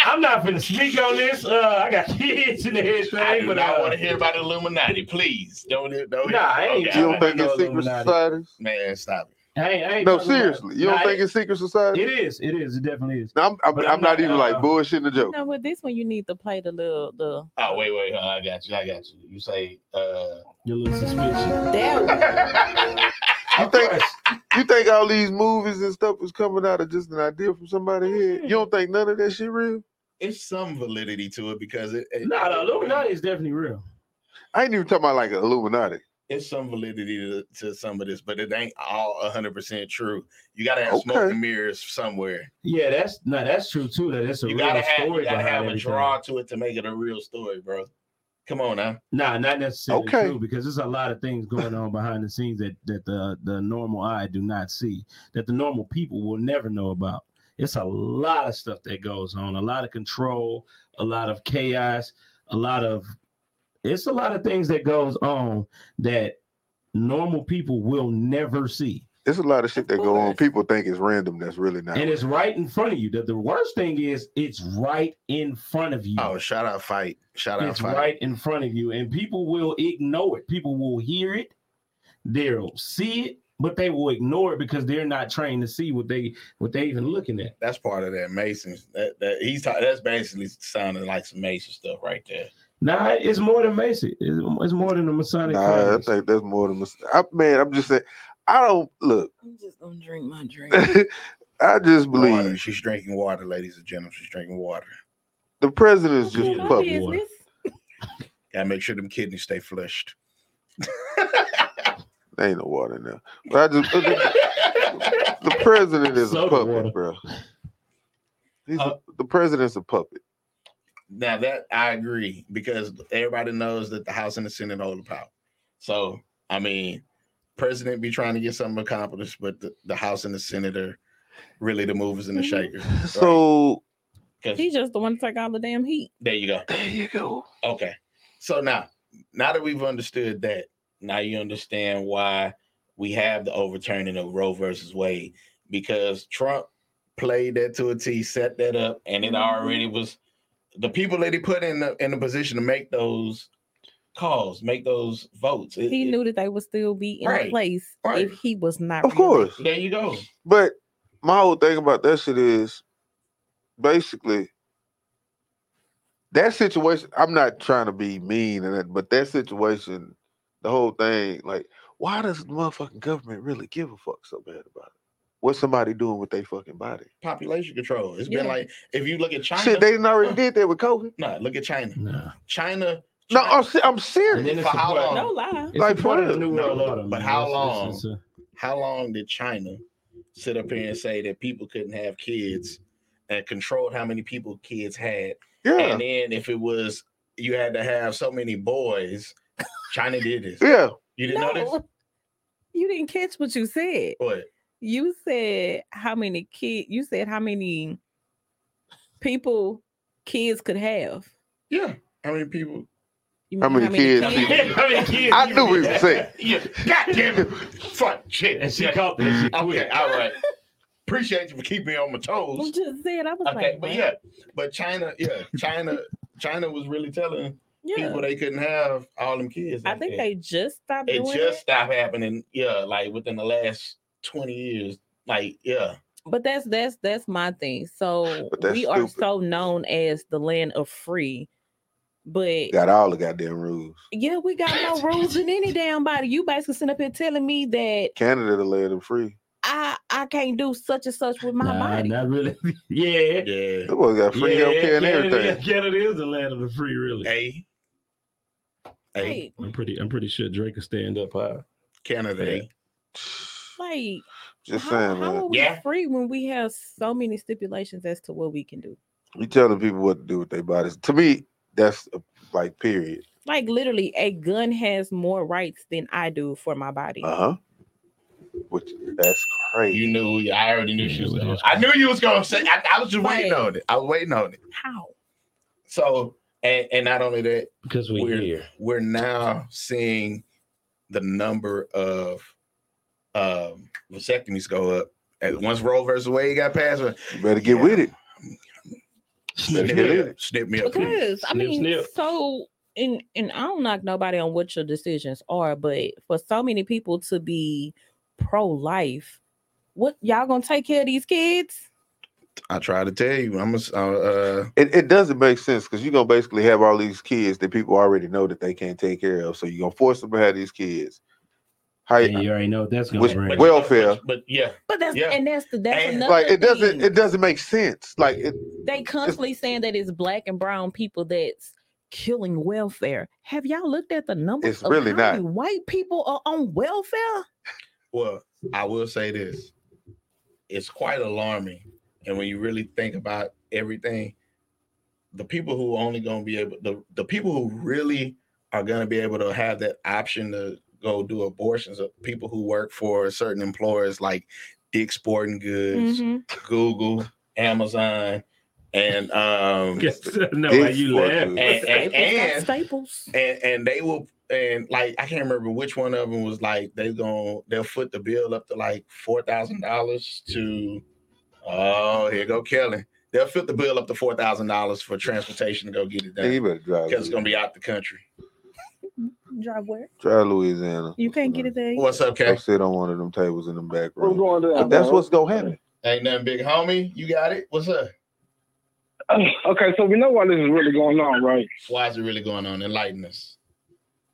Speaker 4: I'm not gonna speak on this. Uh, I got kids and everything,
Speaker 2: I do
Speaker 4: but
Speaker 2: not
Speaker 4: uh,
Speaker 2: want to hear about Illuminati. Please don't. don't
Speaker 4: Nah, I ain't-
Speaker 1: You
Speaker 2: okay.
Speaker 1: don't think
Speaker 4: I know
Speaker 1: it's secret
Speaker 4: Illuminati.
Speaker 1: societies?
Speaker 2: man, stop it.
Speaker 4: I ain't, I ain't
Speaker 1: No,
Speaker 4: talking about-
Speaker 1: seriously, you don't
Speaker 4: Nah,
Speaker 1: think
Speaker 4: it-
Speaker 1: it's secret society?
Speaker 4: it is? It is. It definitely is.
Speaker 1: No, I'm, I'm,
Speaker 4: But
Speaker 1: I'm,
Speaker 4: I'm
Speaker 1: not,
Speaker 4: not,
Speaker 1: even like
Speaker 4: uh,
Speaker 1: bullshitting the joke.
Speaker 3: No, with this one you need to play the little the.
Speaker 2: Oh wait, wait, hold on, I got you. I got you. You say, uh,
Speaker 4: Your little suspicion.
Speaker 3: That
Speaker 1: You think you think all these movies and stuff is coming out of just an idea from somebody here? You don't think none of that shit real?
Speaker 2: it's some validity to it because it. it
Speaker 4: Nah, the Illuminati is definitely real.
Speaker 1: I ain't even talking about like Illuminati.
Speaker 2: It's some validity to, to some of this, but it ain't all hundred percent true. You gotta have smoke
Speaker 1: Okay.
Speaker 2: and mirrors somewhere.
Speaker 4: Yeah, that's no, that's true too. That it's a
Speaker 2: you
Speaker 4: real
Speaker 2: gotta have,
Speaker 4: story
Speaker 2: you gotta
Speaker 4: behind
Speaker 2: have a
Speaker 4: everything.
Speaker 2: draw to it to make it a real story, bro. Come on now.
Speaker 4: Nah, not necessarily
Speaker 1: Okay.
Speaker 4: true because there's a lot of things going on behind the scenes that that the the normal eye do not see, that the normal people will never know about. It's a lot of stuff that goes on, a lot of control, a lot of chaos, a lot of it's a lot of things that goes on that normal people will never see.
Speaker 1: It's a lot of shit that go on.
Speaker 3: course.
Speaker 1: People think it's random. That's really not.
Speaker 4: And it's right in front of you. The, the worst thing is it's right in front of you.
Speaker 2: Oh, shout out fight. Shout out
Speaker 4: it's
Speaker 2: fight.
Speaker 4: right in front of you, and people will ignore it. People will hear it, they'll see it, but they will ignore it because they're not trained to see what they what they even looking at.
Speaker 2: That's part of that Mason. That, that he's ta- that's basically sounding like some Mason stuff right there.
Speaker 4: Nah, it's more than basic. It's, it's more than a Masonic.
Speaker 1: Nah, I
Speaker 4: conference.
Speaker 1: think that's more than. mis- I, man, I'm just saying. I don't look.
Speaker 3: I'm just gonna drink my drink.
Speaker 1: I just believe
Speaker 2: Water. She's drinking water, ladies and gentlemen. She's drinking water.
Speaker 1: the president is just
Speaker 4: Yeah.
Speaker 1: a
Speaker 3: My
Speaker 1: puppet.
Speaker 3: business.
Speaker 2: Gotta make sure them kidneys stay flushed.
Speaker 1: There ain't no water now. But I just the, the president is a
Speaker 4: Soda
Speaker 1: puppet,
Speaker 4: water.
Speaker 1: bro. He's
Speaker 2: Uh,
Speaker 1: a, the president's a puppet.
Speaker 2: now that I agree, because everybody knows that the House and the Senate hold the power. So I mean, president be trying to get something accomplished, but the, the House and the Senate are really the movers and the shakers. right?
Speaker 1: So
Speaker 2: 'Cause-
Speaker 3: He's just the one to take all the damn heat.
Speaker 2: there you go.
Speaker 1: there you go.
Speaker 2: Okay. So now, now that we've understood that, now you understand why we have the overturning of Roe versus Wade because Trump played that to a T, set that up, and it already was the people that he put in the in the position to make those calls, make those votes. It-
Speaker 3: He
Speaker 2: it-
Speaker 3: knew that they would still be in
Speaker 2: Right,
Speaker 3: place
Speaker 2: right.
Speaker 3: if he was not.
Speaker 1: Of course.
Speaker 3: reelected.
Speaker 2: There you go.
Speaker 1: But my whole thing about that shit is basically that situation. I'm not trying to be mean and that, but that situation, the whole thing, like, why does the motherfucking government really give a fuck so bad about it? What's somebody doing with their fucking body?
Speaker 2: Population control. It's
Speaker 3: Yeah.
Speaker 2: been like if you look at China.
Speaker 1: Shit, they didn't already did that with COVID.
Speaker 2: no, look at China.
Speaker 4: Nah.
Speaker 2: China.
Speaker 1: No, oh,
Speaker 2: China-
Speaker 1: I'm, se- I'm
Speaker 4: And
Speaker 1: serious.
Speaker 4: then it's
Speaker 2: For how
Speaker 4: support-
Speaker 2: long?
Speaker 3: No lie.
Speaker 4: It's
Speaker 1: Like,
Speaker 4: support
Speaker 1: for
Speaker 4: of the
Speaker 1: real.
Speaker 4: new world
Speaker 2: No,
Speaker 4: order.
Speaker 2: but
Speaker 4: man.
Speaker 2: how
Speaker 4: It's-
Speaker 2: long?
Speaker 4: it's- it's
Speaker 2: how long did China sit up here and say that people couldn't have kids and controlled how many people kids had?
Speaker 1: Yeah,
Speaker 2: And then if it was you had to have so many boys, China did this.
Speaker 1: yeah.
Speaker 2: You didn't know this?
Speaker 3: No. You didn't catch what you said.
Speaker 2: What?
Speaker 3: You said how many kids? You said how many people kids could have?
Speaker 2: Yeah. How many people?
Speaker 3: You
Speaker 1: How
Speaker 3: mean
Speaker 1: many kids
Speaker 4: a- How many kids
Speaker 1: I
Speaker 4: you
Speaker 1: knew we
Speaker 4: got?
Speaker 1: was saying.
Speaker 2: Yeah. God damn it. Fuck shit.
Speaker 4: And she
Speaker 2: Yeah.
Speaker 4: caught that. She
Speaker 2: Okay,
Speaker 4: quit.
Speaker 2: all right. Appreciate you for keeping me on my
Speaker 3: I'm
Speaker 2: toes.
Speaker 3: just saying. I was
Speaker 2: Okay,
Speaker 3: like,
Speaker 2: but
Speaker 3: what?
Speaker 2: yeah, but China, yeah, China, China was really telling
Speaker 3: Yeah.
Speaker 2: people they couldn't have all them kids.
Speaker 3: I
Speaker 2: like
Speaker 3: think
Speaker 2: that.
Speaker 3: they just stopped
Speaker 2: it
Speaker 3: doing
Speaker 2: just
Speaker 3: it.
Speaker 2: stopped happening. Yeah, like within the last twenty years. Like, yeah,
Speaker 3: But that's that's that's my thing. So
Speaker 1: But that's
Speaker 3: we are
Speaker 1: stupid.
Speaker 3: so known as the land of free But
Speaker 1: Got all the goddamn rules.
Speaker 3: yeah, we got no rules in any damn body. You basically sitting up here telling me that
Speaker 1: Canada to let them free.
Speaker 3: I I can't do such and such with my
Speaker 4: nah,
Speaker 3: body.
Speaker 4: not really. yeah.
Speaker 2: Yeah.
Speaker 1: They boys got free
Speaker 4: yeah,
Speaker 1: healthcare and
Speaker 4: yeah,
Speaker 1: everything.
Speaker 4: Yeah, Canada is the land of the free, really.
Speaker 2: A. A.
Speaker 3: Like,
Speaker 4: I'm pretty. I'm pretty sure Drake could stand up high.
Speaker 2: Canada. A.
Speaker 3: like
Speaker 1: Just
Speaker 3: how,
Speaker 1: saying,
Speaker 3: how
Speaker 1: man.
Speaker 3: are we
Speaker 2: Yeah.
Speaker 3: free when we have so many stipulations as to what we can do?
Speaker 1: You telling people what to do with their bodies. To me, that's uh, like period.
Speaker 3: Like literally, a gun has more rights than I do for my body.
Speaker 1: Uh huh. Which that's crazy.
Speaker 2: You knew. I already knew she was
Speaker 4: Yeah,
Speaker 2: going.
Speaker 4: that's
Speaker 2: I knew you was going to say. I, I was just
Speaker 3: Right.
Speaker 2: waiting on it. I was waiting on it.
Speaker 3: How?
Speaker 2: So, and, and not only that,
Speaker 4: Because we
Speaker 2: we're
Speaker 4: here.
Speaker 2: we're now seeing the number of um vasectomies go up. And once Roe versus Wade got passed, uh,
Speaker 1: You better get with it.
Speaker 2: snip me up, snip me up. please.
Speaker 3: Because I
Speaker 4: Snip,
Speaker 3: mean,
Speaker 4: snip.
Speaker 3: so and and I don't knock nobody on what your decisions are, but for so many people to be pro life, what y'all gonna take care of these kids?
Speaker 2: I try to tell you, I'm a, s- uh, uh,
Speaker 1: It, it doesn't make sense because you're gonna basically have all these kids that people already know that they can't take care of. So you're gonna force them to have these kids. How
Speaker 4: And you already know what that's gonna
Speaker 1: Which-
Speaker 4: bring.
Speaker 1: well- Welfare.
Speaker 2: But, yeah,
Speaker 3: But that's
Speaker 2: Yeah.
Speaker 3: and that's the that's
Speaker 2: And,
Speaker 3: another
Speaker 1: like it doesn't
Speaker 3: thing.
Speaker 1: it doesn't make sense. Like it,
Speaker 3: they constantly saying that it's black and brown people that's killing welfare. Have y'all looked at the numbers?
Speaker 1: It's really
Speaker 3: how
Speaker 1: not.
Speaker 3: many white people are on welfare.
Speaker 2: well, I will say this: it's quite alarming, and when you really think about everything, the people who only going to be able the the people who really are going to be able to have that option to go do abortions are people who work for certain employers like Dick Sporting
Speaker 3: Mm-hmm.
Speaker 2: Goods, Google, Amazon, and um
Speaker 4: I know why you laugh.
Speaker 1: Dysfunction.
Speaker 2: and,
Speaker 3: Staples,
Speaker 2: and, and
Speaker 3: staples.
Speaker 2: and and they will and like I can't remember which one of them was like they gonna they'll foot the bill up to like four thousand dollars to oh here go Kelly they'll foot the bill up to four thousand dollars for transportation to go get it
Speaker 1: Yeah, you
Speaker 2: done
Speaker 1: better drive.
Speaker 2: because it's gonna be out the country.
Speaker 3: Drive where?
Speaker 1: Try Louisiana.
Speaker 3: You can't get it there.
Speaker 2: What's up,
Speaker 1: Go
Speaker 2: K?
Speaker 1: sit on one of them tables in the back
Speaker 9: We're
Speaker 1: room.
Speaker 9: going to
Speaker 1: But that's what's gonna happen.
Speaker 2: Ain't nothing big, homie. You got it. What's up?
Speaker 10: Okay, so we know why this is really going on, right?
Speaker 2: Why is it really going on? Enlighten us.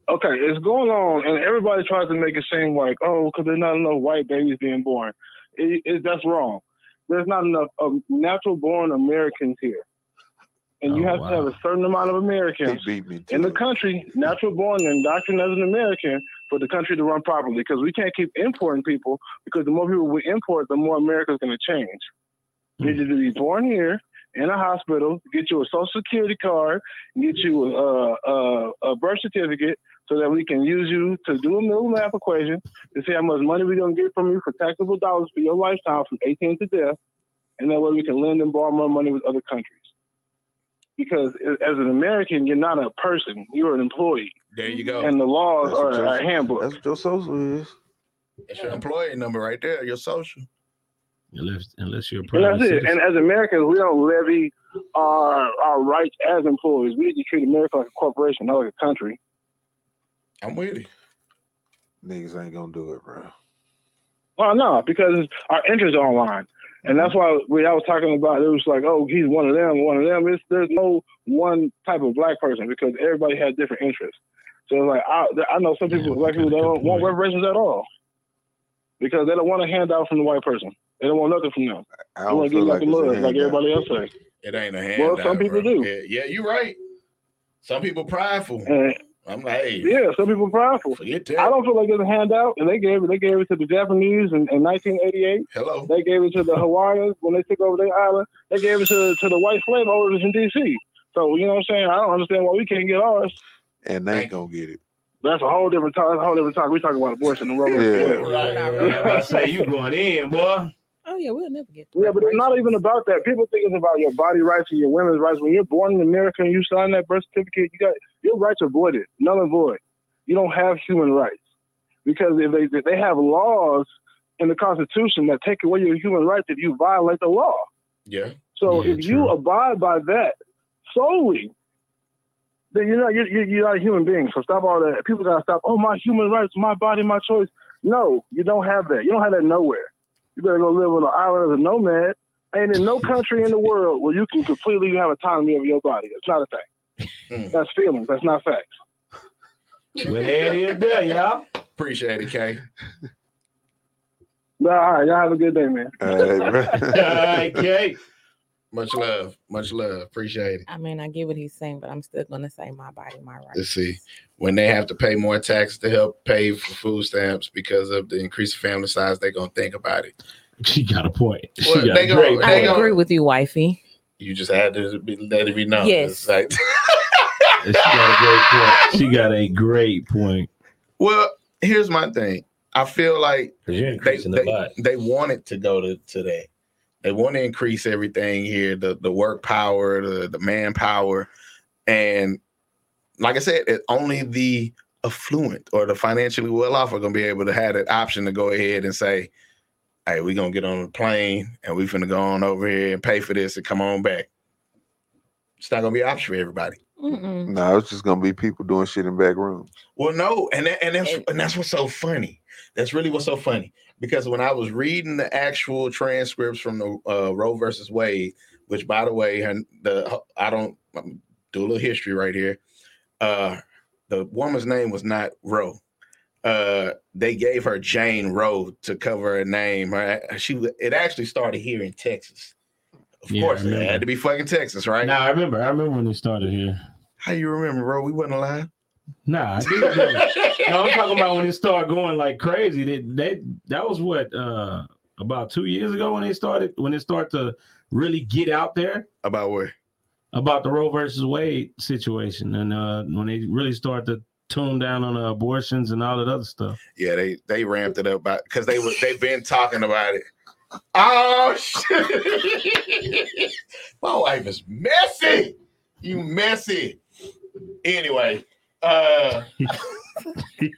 Speaker 10: Okay, it's going on, and everybody tries to make it seem like, oh, because there's not enough white babies being born. It, it, that's wrong. There's not enough of natural born Americans here. And you
Speaker 4: Oh,
Speaker 10: have to have
Speaker 4: wow.
Speaker 10: a certain amount of
Speaker 1: He
Speaker 10: Americans
Speaker 1: beat me. To
Speaker 10: in the
Speaker 1: it.
Speaker 10: country, natural born and indoctrinated as an American, for the country to run properly. Because we can't keep importing people, because the more people we import, the more America's going to change. You need to be born here in a hospital, get you a social security card, get you a, a, a birth certificate, so that we can use you to do a middle math equation to see how much money we're going to get from you for taxable dollars for your lifetime from 18 to death. And that way we can lend and borrow more money with other countries. Because a- as an American, you're not a person, you're an employee.
Speaker 2: There you go.
Speaker 10: And the laws
Speaker 1: That's what
Speaker 10: are
Speaker 1: you're-
Speaker 10: a handbook.
Speaker 1: That's what your social is.
Speaker 2: That's your employee number right there. Your social.
Speaker 4: Unless, unless you're a
Speaker 10: And
Speaker 4: private
Speaker 10: that's it.
Speaker 4: citizen.
Speaker 10: And as Americans, we don't levy our our rights as employees. We need to treat America like a corporation, not like a country.
Speaker 2: I'm with it.
Speaker 1: Niggas ain't gonna do it, bro.
Speaker 10: Well, no, because our interests are online, and that's why we I was talking about. It was like, oh, he's one of them, one of them. It's, there's no one type of black person because everybody has different interests. So it's like I, I know some people,
Speaker 4: Yeah,
Speaker 10: black people, they
Speaker 4: good
Speaker 10: don't want
Speaker 4: point.
Speaker 10: reparations at all because they don't want a handout from the white person. They don't want nothing from them.
Speaker 1: I
Speaker 10: They
Speaker 1: don't
Speaker 10: want to
Speaker 1: feel
Speaker 10: get
Speaker 1: like
Speaker 10: like the
Speaker 1: it's a
Speaker 10: mud, like
Speaker 1: handout.
Speaker 10: everybody else says.
Speaker 2: It ain't a
Speaker 10: Well,
Speaker 2: handout.
Speaker 10: some people
Speaker 2: bro.
Speaker 10: do.
Speaker 2: Yeah, yeah, you're right. Some people prideful.
Speaker 10: And
Speaker 2: I'm like, hey,
Speaker 10: Uh, yeah, some people prideful.
Speaker 2: forget that.
Speaker 10: I don't feel like there's a handout, and they gave it. They gave it to the Japanese in, in 1988.
Speaker 2: Hello.
Speaker 10: They gave it to the Hawaiians when they took over their island. They gave it to to the white slave owners in D.C. So you know what I'm saying? I don't understand why we can't get ours.
Speaker 1: And they ain't gonna get it.
Speaker 10: That's a whole different talk. That's a whole different talk. We're talking about abortion and rubber.
Speaker 1: Yeah.
Speaker 10: yeah.
Speaker 4: I say you going in, boy.
Speaker 3: Oh yeah, we'll never get.
Speaker 10: Yeah, but it's not even about that. People think it's about your body rights and your women's rights. When you're born in America and you sign that birth certificate, you got your rights are voided, null and void. You don't have human rights because if they if they have laws in the Constitution that take away your human rights if you violate the law.
Speaker 2: Yeah.
Speaker 10: So
Speaker 4: Yeah,
Speaker 10: if you
Speaker 4: true.
Speaker 10: abide by that solely, then you're not you're, you're you're not a human being. So stop all that. People gotta stop. Oh, my human rights, my body, my choice. No, you don't have that. You don't have that nowhere. You better go live on an island as a nomad. Ain't in no country in the world where you can completely have autonomy over your body. It's not a thing.
Speaker 4: Hmm.
Speaker 10: That's feelings. That's not facts.
Speaker 4: Well, there it is there, y'all.
Speaker 2: Appreciate it, Kay.
Speaker 10: Nah, All right, y'all have a good day, man.
Speaker 4: Kay.
Speaker 2: Much love. Much love. Appreciate it.
Speaker 3: I mean, I get what he's saying, but I'm still gonna say my body, my right.
Speaker 2: Let's see. When they have to pay more taxes to help pay for food stamps because of the increased family size, they're gonna think about it.
Speaker 4: She got a point. She
Speaker 2: Well,
Speaker 4: got
Speaker 2: they
Speaker 4: a
Speaker 2: gonna-
Speaker 4: great
Speaker 3: I
Speaker 2: Hang on.
Speaker 3: agree with you, wifey.
Speaker 2: You just had to be, let it be known.
Speaker 3: Yes.
Speaker 2: It's like-
Speaker 4: She got a great point. She got a great point.
Speaker 2: well, here's my thing. I feel like
Speaker 4: 'Cause you're
Speaker 2: they,
Speaker 4: increasing the
Speaker 2: they,
Speaker 4: lot.
Speaker 2: they wanted to go to, to that. They want to increase everything here, the, the work power, the, the manpower. And like I said, it, only the affluent or the financially well off are gonna be able to have that option to go ahead and say, Hey, we're gonna get on the plane and we're gonna go on over here and pay for this and come on back. It's not gonna be an option for everybody.
Speaker 3: Mm-mm.
Speaker 1: No, it's just gonna be people doing shit in back rooms.
Speaker 2: Well, no, and that, and that's and that's what's so funny. That's really what's so funny because when I was reading the actual transcripts from the uh, Roe versus Wade, which by the way, her, the I don't I'm do a little history right here. Uh, the woman's name was not Roe. Uh, they gave her Jane Roe to cover her name. Her, she wa- it actually started here in Texas. Of
Speaker 4: Yeah, I
Speaker 2: course, it
Speaker 4: remember.
Speaker 2: had to be fucking Texas, right?
Speaker 4: Now I remember. I remember when they started here.
Speaker 2: How you remember, Roe? We wasn't alive.
Speaker 4: Nah, I do remember. no, I'm talking about when it started going like crazy. They, they that was what uh about two years ago when they started when it started to really get out there
Speaker 2: About where?
Speaker 4: about the Roe versus Wade situation and uh when they really started to tune down on the abortions and all that other stuff.
Speaker 2: Yeah, they they ramped it up because they were they've been talking about it. Oh shit! My wife is messy. You messy. Anyway, uh,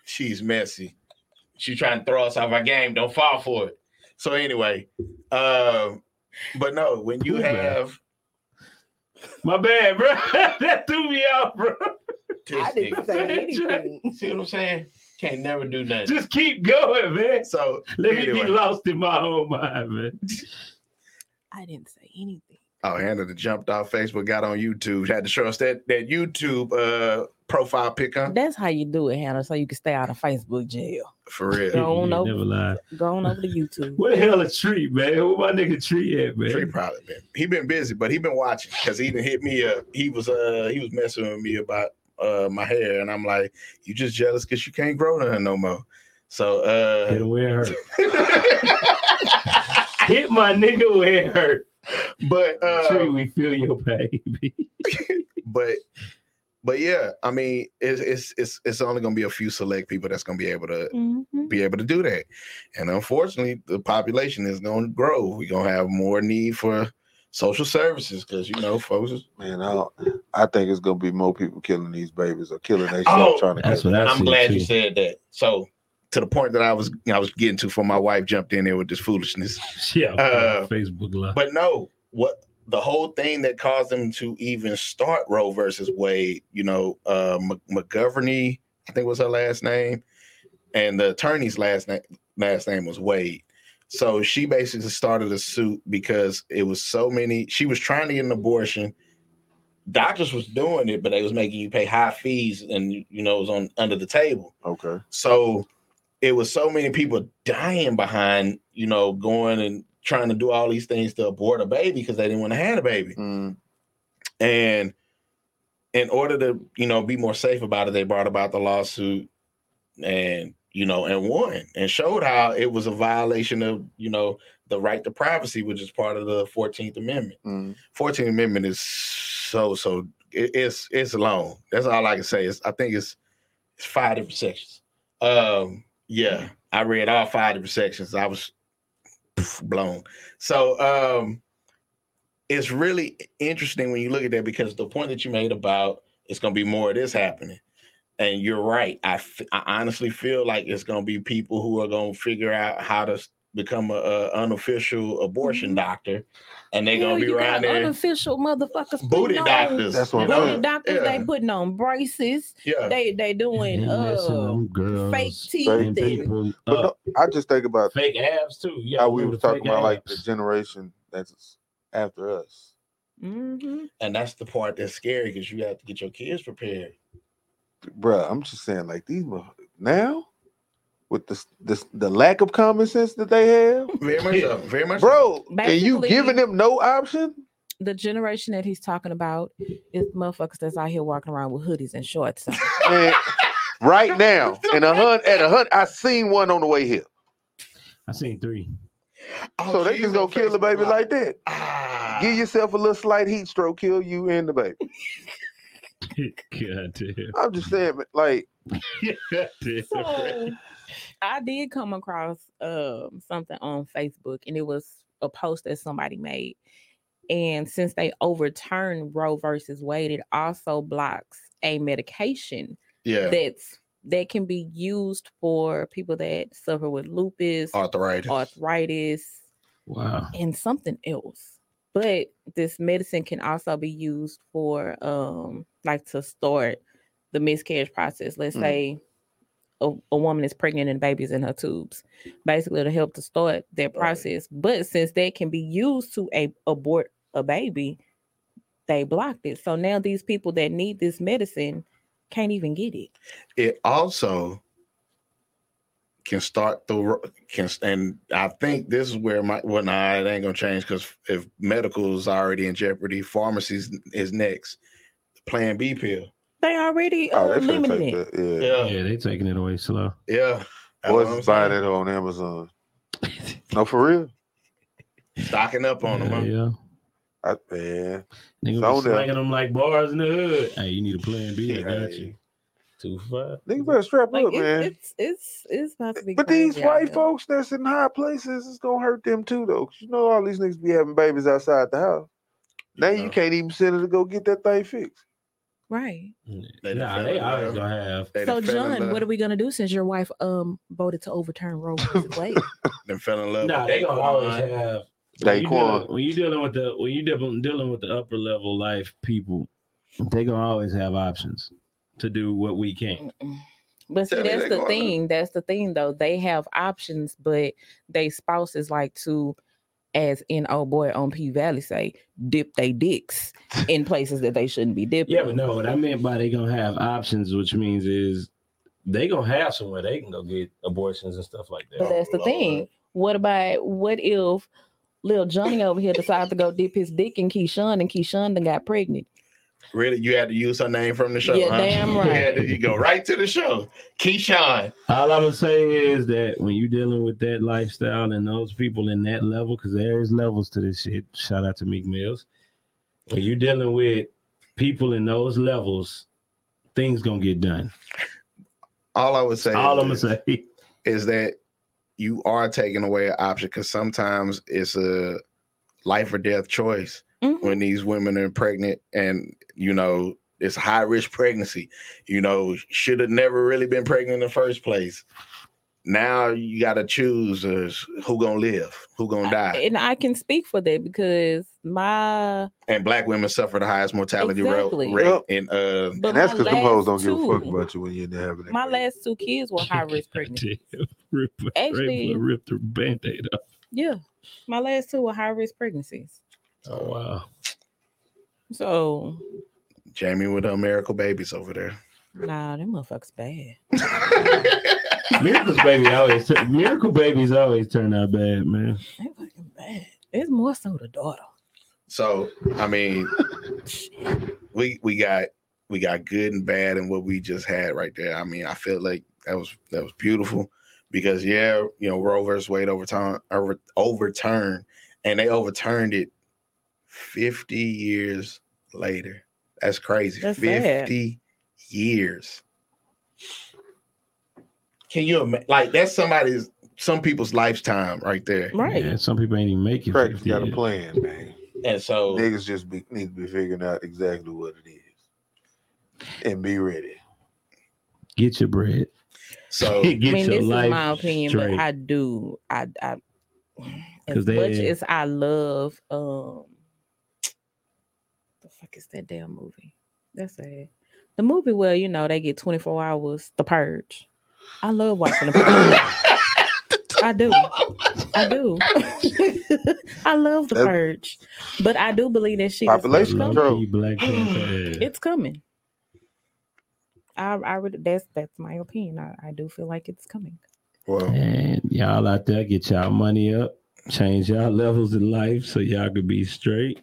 Speaker 2: she's messy. She's trying to throw us off our game. Don't fall for it. So anyway, um, but no, when you
Speaker 4: Pooh Bear.
Speaker 2: have
Speaker 4: My bad, bro. that threw me out, bro.
Speaker 2: this nigga- see what I'm saying, can't never do nothing.
Speaker 4: Just keep going, man.
Speaker 2: So
Speaker 4: Let me
Speaker 2: anyway.
Speaker 4: be lost in my own mind, man.
Speaker 3: I didn't say anything.
Speaker 2: Oh, Hannah that jumped off Facebook, got on YouTube, had to show us that that YouTube uh profile pic on
Speaker 3: That's how you do it, Hannah, so you can stay out of Facebook jail.
Speaker 2: for real.
Speaker 3: Don't
Speaker 4: You
Speaker 3: know.
Speaker 4: Never lie.
Speaker 3: Go on over to YouTube.
Speaker 4: What the hell a treat, man? Where my nigga tree at, man?
Speaker 2: Tree probably been he been busy, but he been watching because he didn't hit me up. He was uh he was messing with me about uh my hair, and I'm like, you just jealous because you can't grow none no more. So
Speaker 4: Hit
Speaker 2: uh
Speaker 4: him where it hurt. Hit my nigga where it hurt.
Speaker 2: but
Speaker 4: Tree,
Speaker 2: uh
Speaker 4: we feel your baby.
Speaker 2: but but yeah, I mean it's it's it's it's only gonna be a few select people that's gonna be able to
Speaker 3: Mhm.
Speaker 2: be able to do that. And unfortunately, the population is going to grow. We're going to have more need for social services because, you know, folks. Is,
Speaker 1: Man, I, don't- I think it's gonna be more people killing these babies or killing themselves
Speaker 2: Oh,
Speaker 1: trying to kill
Speaker 4: That's what I
Speaker 2: I'm
Speaker 4: see,
Speaker 2: glad
Speaker 4: too.
Speaker 2: you said that. So, to the point that I was I was getting to before my wife jumped in there with this foolishness.
Speaker 4: Yeah,
Speaker 2: Uh,
Speaker 4: Facebook live.
Speaker 2: But no, what the whole thing that caused them to even start Roe versus Wade, you know, uh, Mc- McGoverney, I think was her last name, and the attorney's last name last name was Wade. So she basically started a suit because it was so many. She was trying to get an abortion. Doctors was doing it, but they was making you pay high fees, and you know it was on under the table.
Speaker 1: Okay.
Speaker 2: So it was so many people dying behind, you know, going and trying to do all these things to abort a baby because they didn't want to have a baby.
Speaker 1: Mm,
Speaker 2: And in order to, you know, be more safe about it, they brought about the lawsuit and, you know, and won and showed how it was a violation of, you know, the right to privacy, which is part of the 14th Amendment.
Speaker 1: mm.
Speaker 2: 14th Amendment is so, so, it, it's, it's long. That's all I can say. It's, I think it's, it's five different sections. Um, yeah, I read all five different sections. I was pff, blown. So um it's really interesting when you look at that because the point that you made about it's gonna be more of this happening. And you're right. I, f- I honestly feel like it's gonna be people who are gonna figure out how to s- become a, a unofficial abortion
Speaker 3: Mhm.
Speaker 2: doctor, and they're
Speaker 3: Hell,
Speaker 2: gonna be
Speaker 3: you got
Speaker 2: around there
Speaker 3: Unofficial motherfuckers.
Speaker 2: booty
Speaker 3: putting on-
Speaker 2: doctors.
Speaker 1: That's what
Speaker 2: you
Speaker 1: I'm
Speaker 2: know?
Speaker 3: Booty doctors.
Speaker 2: Yeah,
Speaker 3: They putting on braces.
Speaker 2: yeah.
Speaker 3: They they doing
Speaker 4: They messing
Speaker 3: uh
Speaker 4: them girls
Speaker 3: fake teeth
Speaker 4: and
Speaker 1: Fake
Speaker 3: and
Speaker 4: people
Speaker 1: But
Speaker 4: up.
Speaker 1: no, I just think about
Speaker 4: fake uh, abs too. Yeah,
Speaker 1: how we were talking about like the generation that's after us.
Speaker 3: Mhm.
Speaker 2: And that's the part that's scary because you have to get your kids prepared.
Speaker 1: Bruh, I'm just saying, like these mo- now with the the, the lack of common sense that they have,
Speaker 2: Very much so. Very much so.
Speaker 1: bro, and you
Speaker 3: Basically-
Speaker 1: giving them no option.
Speaker 3: The generation that he's talking about is motherfuckers that's out here walking around with hoodies and shorts. on.
Speaker 1: Man, right now, in a hun at a hun, I seen one on the way here,
Speaker 4: I seen three.
Speaker 2: Oh,
Speaker 1: so they
Speaker 2: she's
Speaker 1: just
Speaker 2: on
Speaker 1: gonna kill the
Speaker 2: Facebook
Speaker 1: baby
Speaker 2: Live.
Speaker 1: like that.
Speaker 2: Ah.
Speaker 1: Give yourself a little slight heat stroke, kill you and the baby.
Speaker 4: God damn.
Speaker 1: I'm just saying, man, like
Speaker 4: God damn.
Speaker 3: so I did come across um something on Facebook and it was a post that somebody made. And since they overturned Roe versus Wade, it also blocks a medication
Speaker 2: yeah.
Speaker 3: that's that can be used for people that suffer with lupus,
Speaker 2: Arthritis.
Speaker 3: Oh. arthritis,
Speaker 4: Wow.
Speaker 3: and something else. But this medicine can also be used for um like to start the miscarriage process. Let's
Speaker 1: Mm.
Speaker 3: say a, a woman is pregnant and baby's in her tubes. Basically to help to start that
Speaker 2: Right.
Speaker 3: process. But since that can be used to a, abort a baby, they blocked it. So now these people that need this medicine can't even get it.
Speaker 2: it also can start the ro- can and I think this is where my well nah it ain't gonna change because if medical is already in jeopardy, pharmacies is next. Plan B pill.
Speaker 3: They already
Speaker 1: oh,
Speaker 3: uh,
Speaker 1: they finna
Speaker 3: limited
Speaker 1: take
Speaker 3: it.
Speaker 1: that. Yeah,
Speaker 4: Yeah, they taking it away slow.
Speaker 2: yeah. That's what I'm
Speaker 1: boys is buying
Speaker 2: saying.
Speaker 1: it on Amazon. No, for real.
Speaker 2: Stocking up on them.
Speaker 4: yeah,
Speaker 2: huh?
Speaker 4: yeah.
Speaker 1: I, man,
Speaker 4: Nigga
Speaker 1: So
Speaker 4: be
Speaker 1: now-
Speaker 4: slanging them like bars in the hood. Hey, you need a plan B. I got
Speaker 1: Hey.
Speaker 4: you. Two five.
Speaker 1: nigga better strap
Speaker 3: Like
Speaker 1: up, man.
Speaker 3: it's, it's it's it's about to be.
Speaker 1: But these
Speaker 3: crazy out
Speaker 1: white
Speaker 3: here.
Speaker 1: folks that's in high places, it's gonna hurt them too, though. 'cause you know all these niggas be having babies outside the house. Now you
Speaker 2: know.
Speaker 1: can't even send her to go get that thing fixed.
Speaker 3: right?
Speaker 2: They
Speaker 4: nah,
Speaker 2: done
Speaker 4: they
Speaker 2: fell in
Speaker 4: always
Speaker 2: love.
Speaker 4: gonna have.
Speaker 2: They
Speaker 3: So,
Speaker 2: done fell in
Speaker 3: John,
Speaker 2: love-
Speaker 3: what are we gonna do since your wife um voted to overturn Roe versus Wade?
Speaker 2: done fell in love.
Speaker 4: Nah,
Speaker 2: with
Speaker 4: they gonna always
Speaker 2: Daquan.
Speaker 4: have. When you,
Speaker 1: Daquan,
Speaker 4: dealing, when you dealing with the when you dealing dealing with the upper level life people, they gonna always have options to do what we can't.
Speaker 3: Mm-mm. but see,
Speaker 2: Tell me
Speaker 3: that's
Speaker 2: they
Speaker 3: the
Speaker 2: gonna-
Speaker 3: thing. That's the thing, though. They have options, but they spouses like to, as in old boy on P Valley say, dip they dicks in places that they shouldn't be dipping.
Speaker 4: Yeah, but no, what I meant by they gonna have options, which means is they gonna have somewhere they can go get abortions and stuff like
Speaker 3: But
Speaker 4: that.
Speaker 3: that's the
Speaker 2: Lord.
Speaker 1: Oh,
Speaker 3: thing. What about what if little Johnny over here decides to go dip his dick in Keyshawn and Keyshawn done got pregnant?
Speaker 2: Really, you had to use her name from the show.
Speaker 3: Yeah,
Speaker 2: huh?
Speaker 3: damn
Speaker 2: You
Speaker 3: right.
Speaker 2: had to- you go right to the show. Keyshawn.
Speaker 4: All I'm gonna say is that when you dealing with that lifestyle and those people in that level, because there is levels to this shit. Shout out to Meek Mills. When you dealing with people in those levels, things gonna get done.
Speaker 2: All I would say.
Speaker 4: All
Speaker 2: is
Speaker 4: I'm gonna
Speaker 2: this.
Speaker 4: say.
Speaker 2: is that you are taking away an option because sometimes it's a life or death choice
Speaker 3: Mhm.
Speaker 2: when these women are pregnant and you know it's high risk pregnancy you know should have never really been pregnant in the first place now you got to choose uh, who gonna live who gonna
Speaker 1: Ah.
Speaker 2: die
Speaker 3: and I can speak for that because my
Speaker 2: and black women suffer the highest mortality ro-
Speaker 3: Exactly.
Speaker 2: rate
Speaker 1: Yep.
Speaker 2: in uh
Speaker 3: but
Speaker 1: and that's
Speaker 3: my
Speaker 1: because them hoes don't
Speaker 3: last
Speaker 1: give a fuck
Speaker 3: two-
Speaker 1: about you when you're in there having that.
Speaker 3: my
Speaker 1: baby.
Speaker 3: last two kids were high risk pregnancy.
Speaker 4: Goddamn. Rip,
Speaker 3: Actually-
Speaker 4: rip, rip the band-aid off.
Speaker 3: Yeah, my last two were high risk pregnancies.
Speaker 4: Oh wow.
Speaker 3: So
Speaker 2: jamie with her miracle babies over there
Speaker 3: nah, them motherfuckers bad.
Speaker 4: Miracles baby always tur- miracle babies always turn out bad, man.
Speaker 3: They fucking bad. It's more so the daughter.
Speaker 2: So I mean, we we got we got good and bad and what we just had right there. I mean, I feel like that was that was beautiful because yeah, you know Roe versus Wade overturned over, overturned and they overturned it fifty years later. That's crazy.
Speaker 3: That's sad.
Speaker 2: fifty years. Can you imagine? Like that's somebody's some people's lifetime right there.
Speaker 3: Right.
Speaker 4: Yeah, some people ain't even make it.
Speaker 1: Craig's
Speaker 4: 50
Speaker 1: got a
Speaker 4: yet.
Speaker 1: plan, man.
Speaker 2: And so
Speaker 1: Niggas just be, need to be figuring out exactly what it is and be ready.
Speaker 4: Get your bread.
Speaker 2: so
Speaker 4: Get
Speaker 3: I mean,
Speaker 4: your
Speaker 3: this is
Speaker 4: life
Speaker 3: my opinion,
Speaker 4: straight.
Speaker 3: but I do. I, I as
Speaker 4: 'Cause they-
Speaker 3: much as I love um, the fuck is that damn movie? That's sad. The movie where you know they get twenty four hours, The Purge. I love watching The Purge. I do. I do. I love the
Speaker 1: That's-
Speaker 3: purge, but I do believe that shit. is
Speaker 1: Population
Speaker 3: coming.
Speaker 1: control.
Speaker 4: Black Panther.
Speaker 3: It's coming. I, I would. That's that's my opinion. I, I do feel like it's coming.
Speaker 1: Well,
Speaker 4: And y'all out there, get y'all money up, change y'all levels in life so y'all could be straight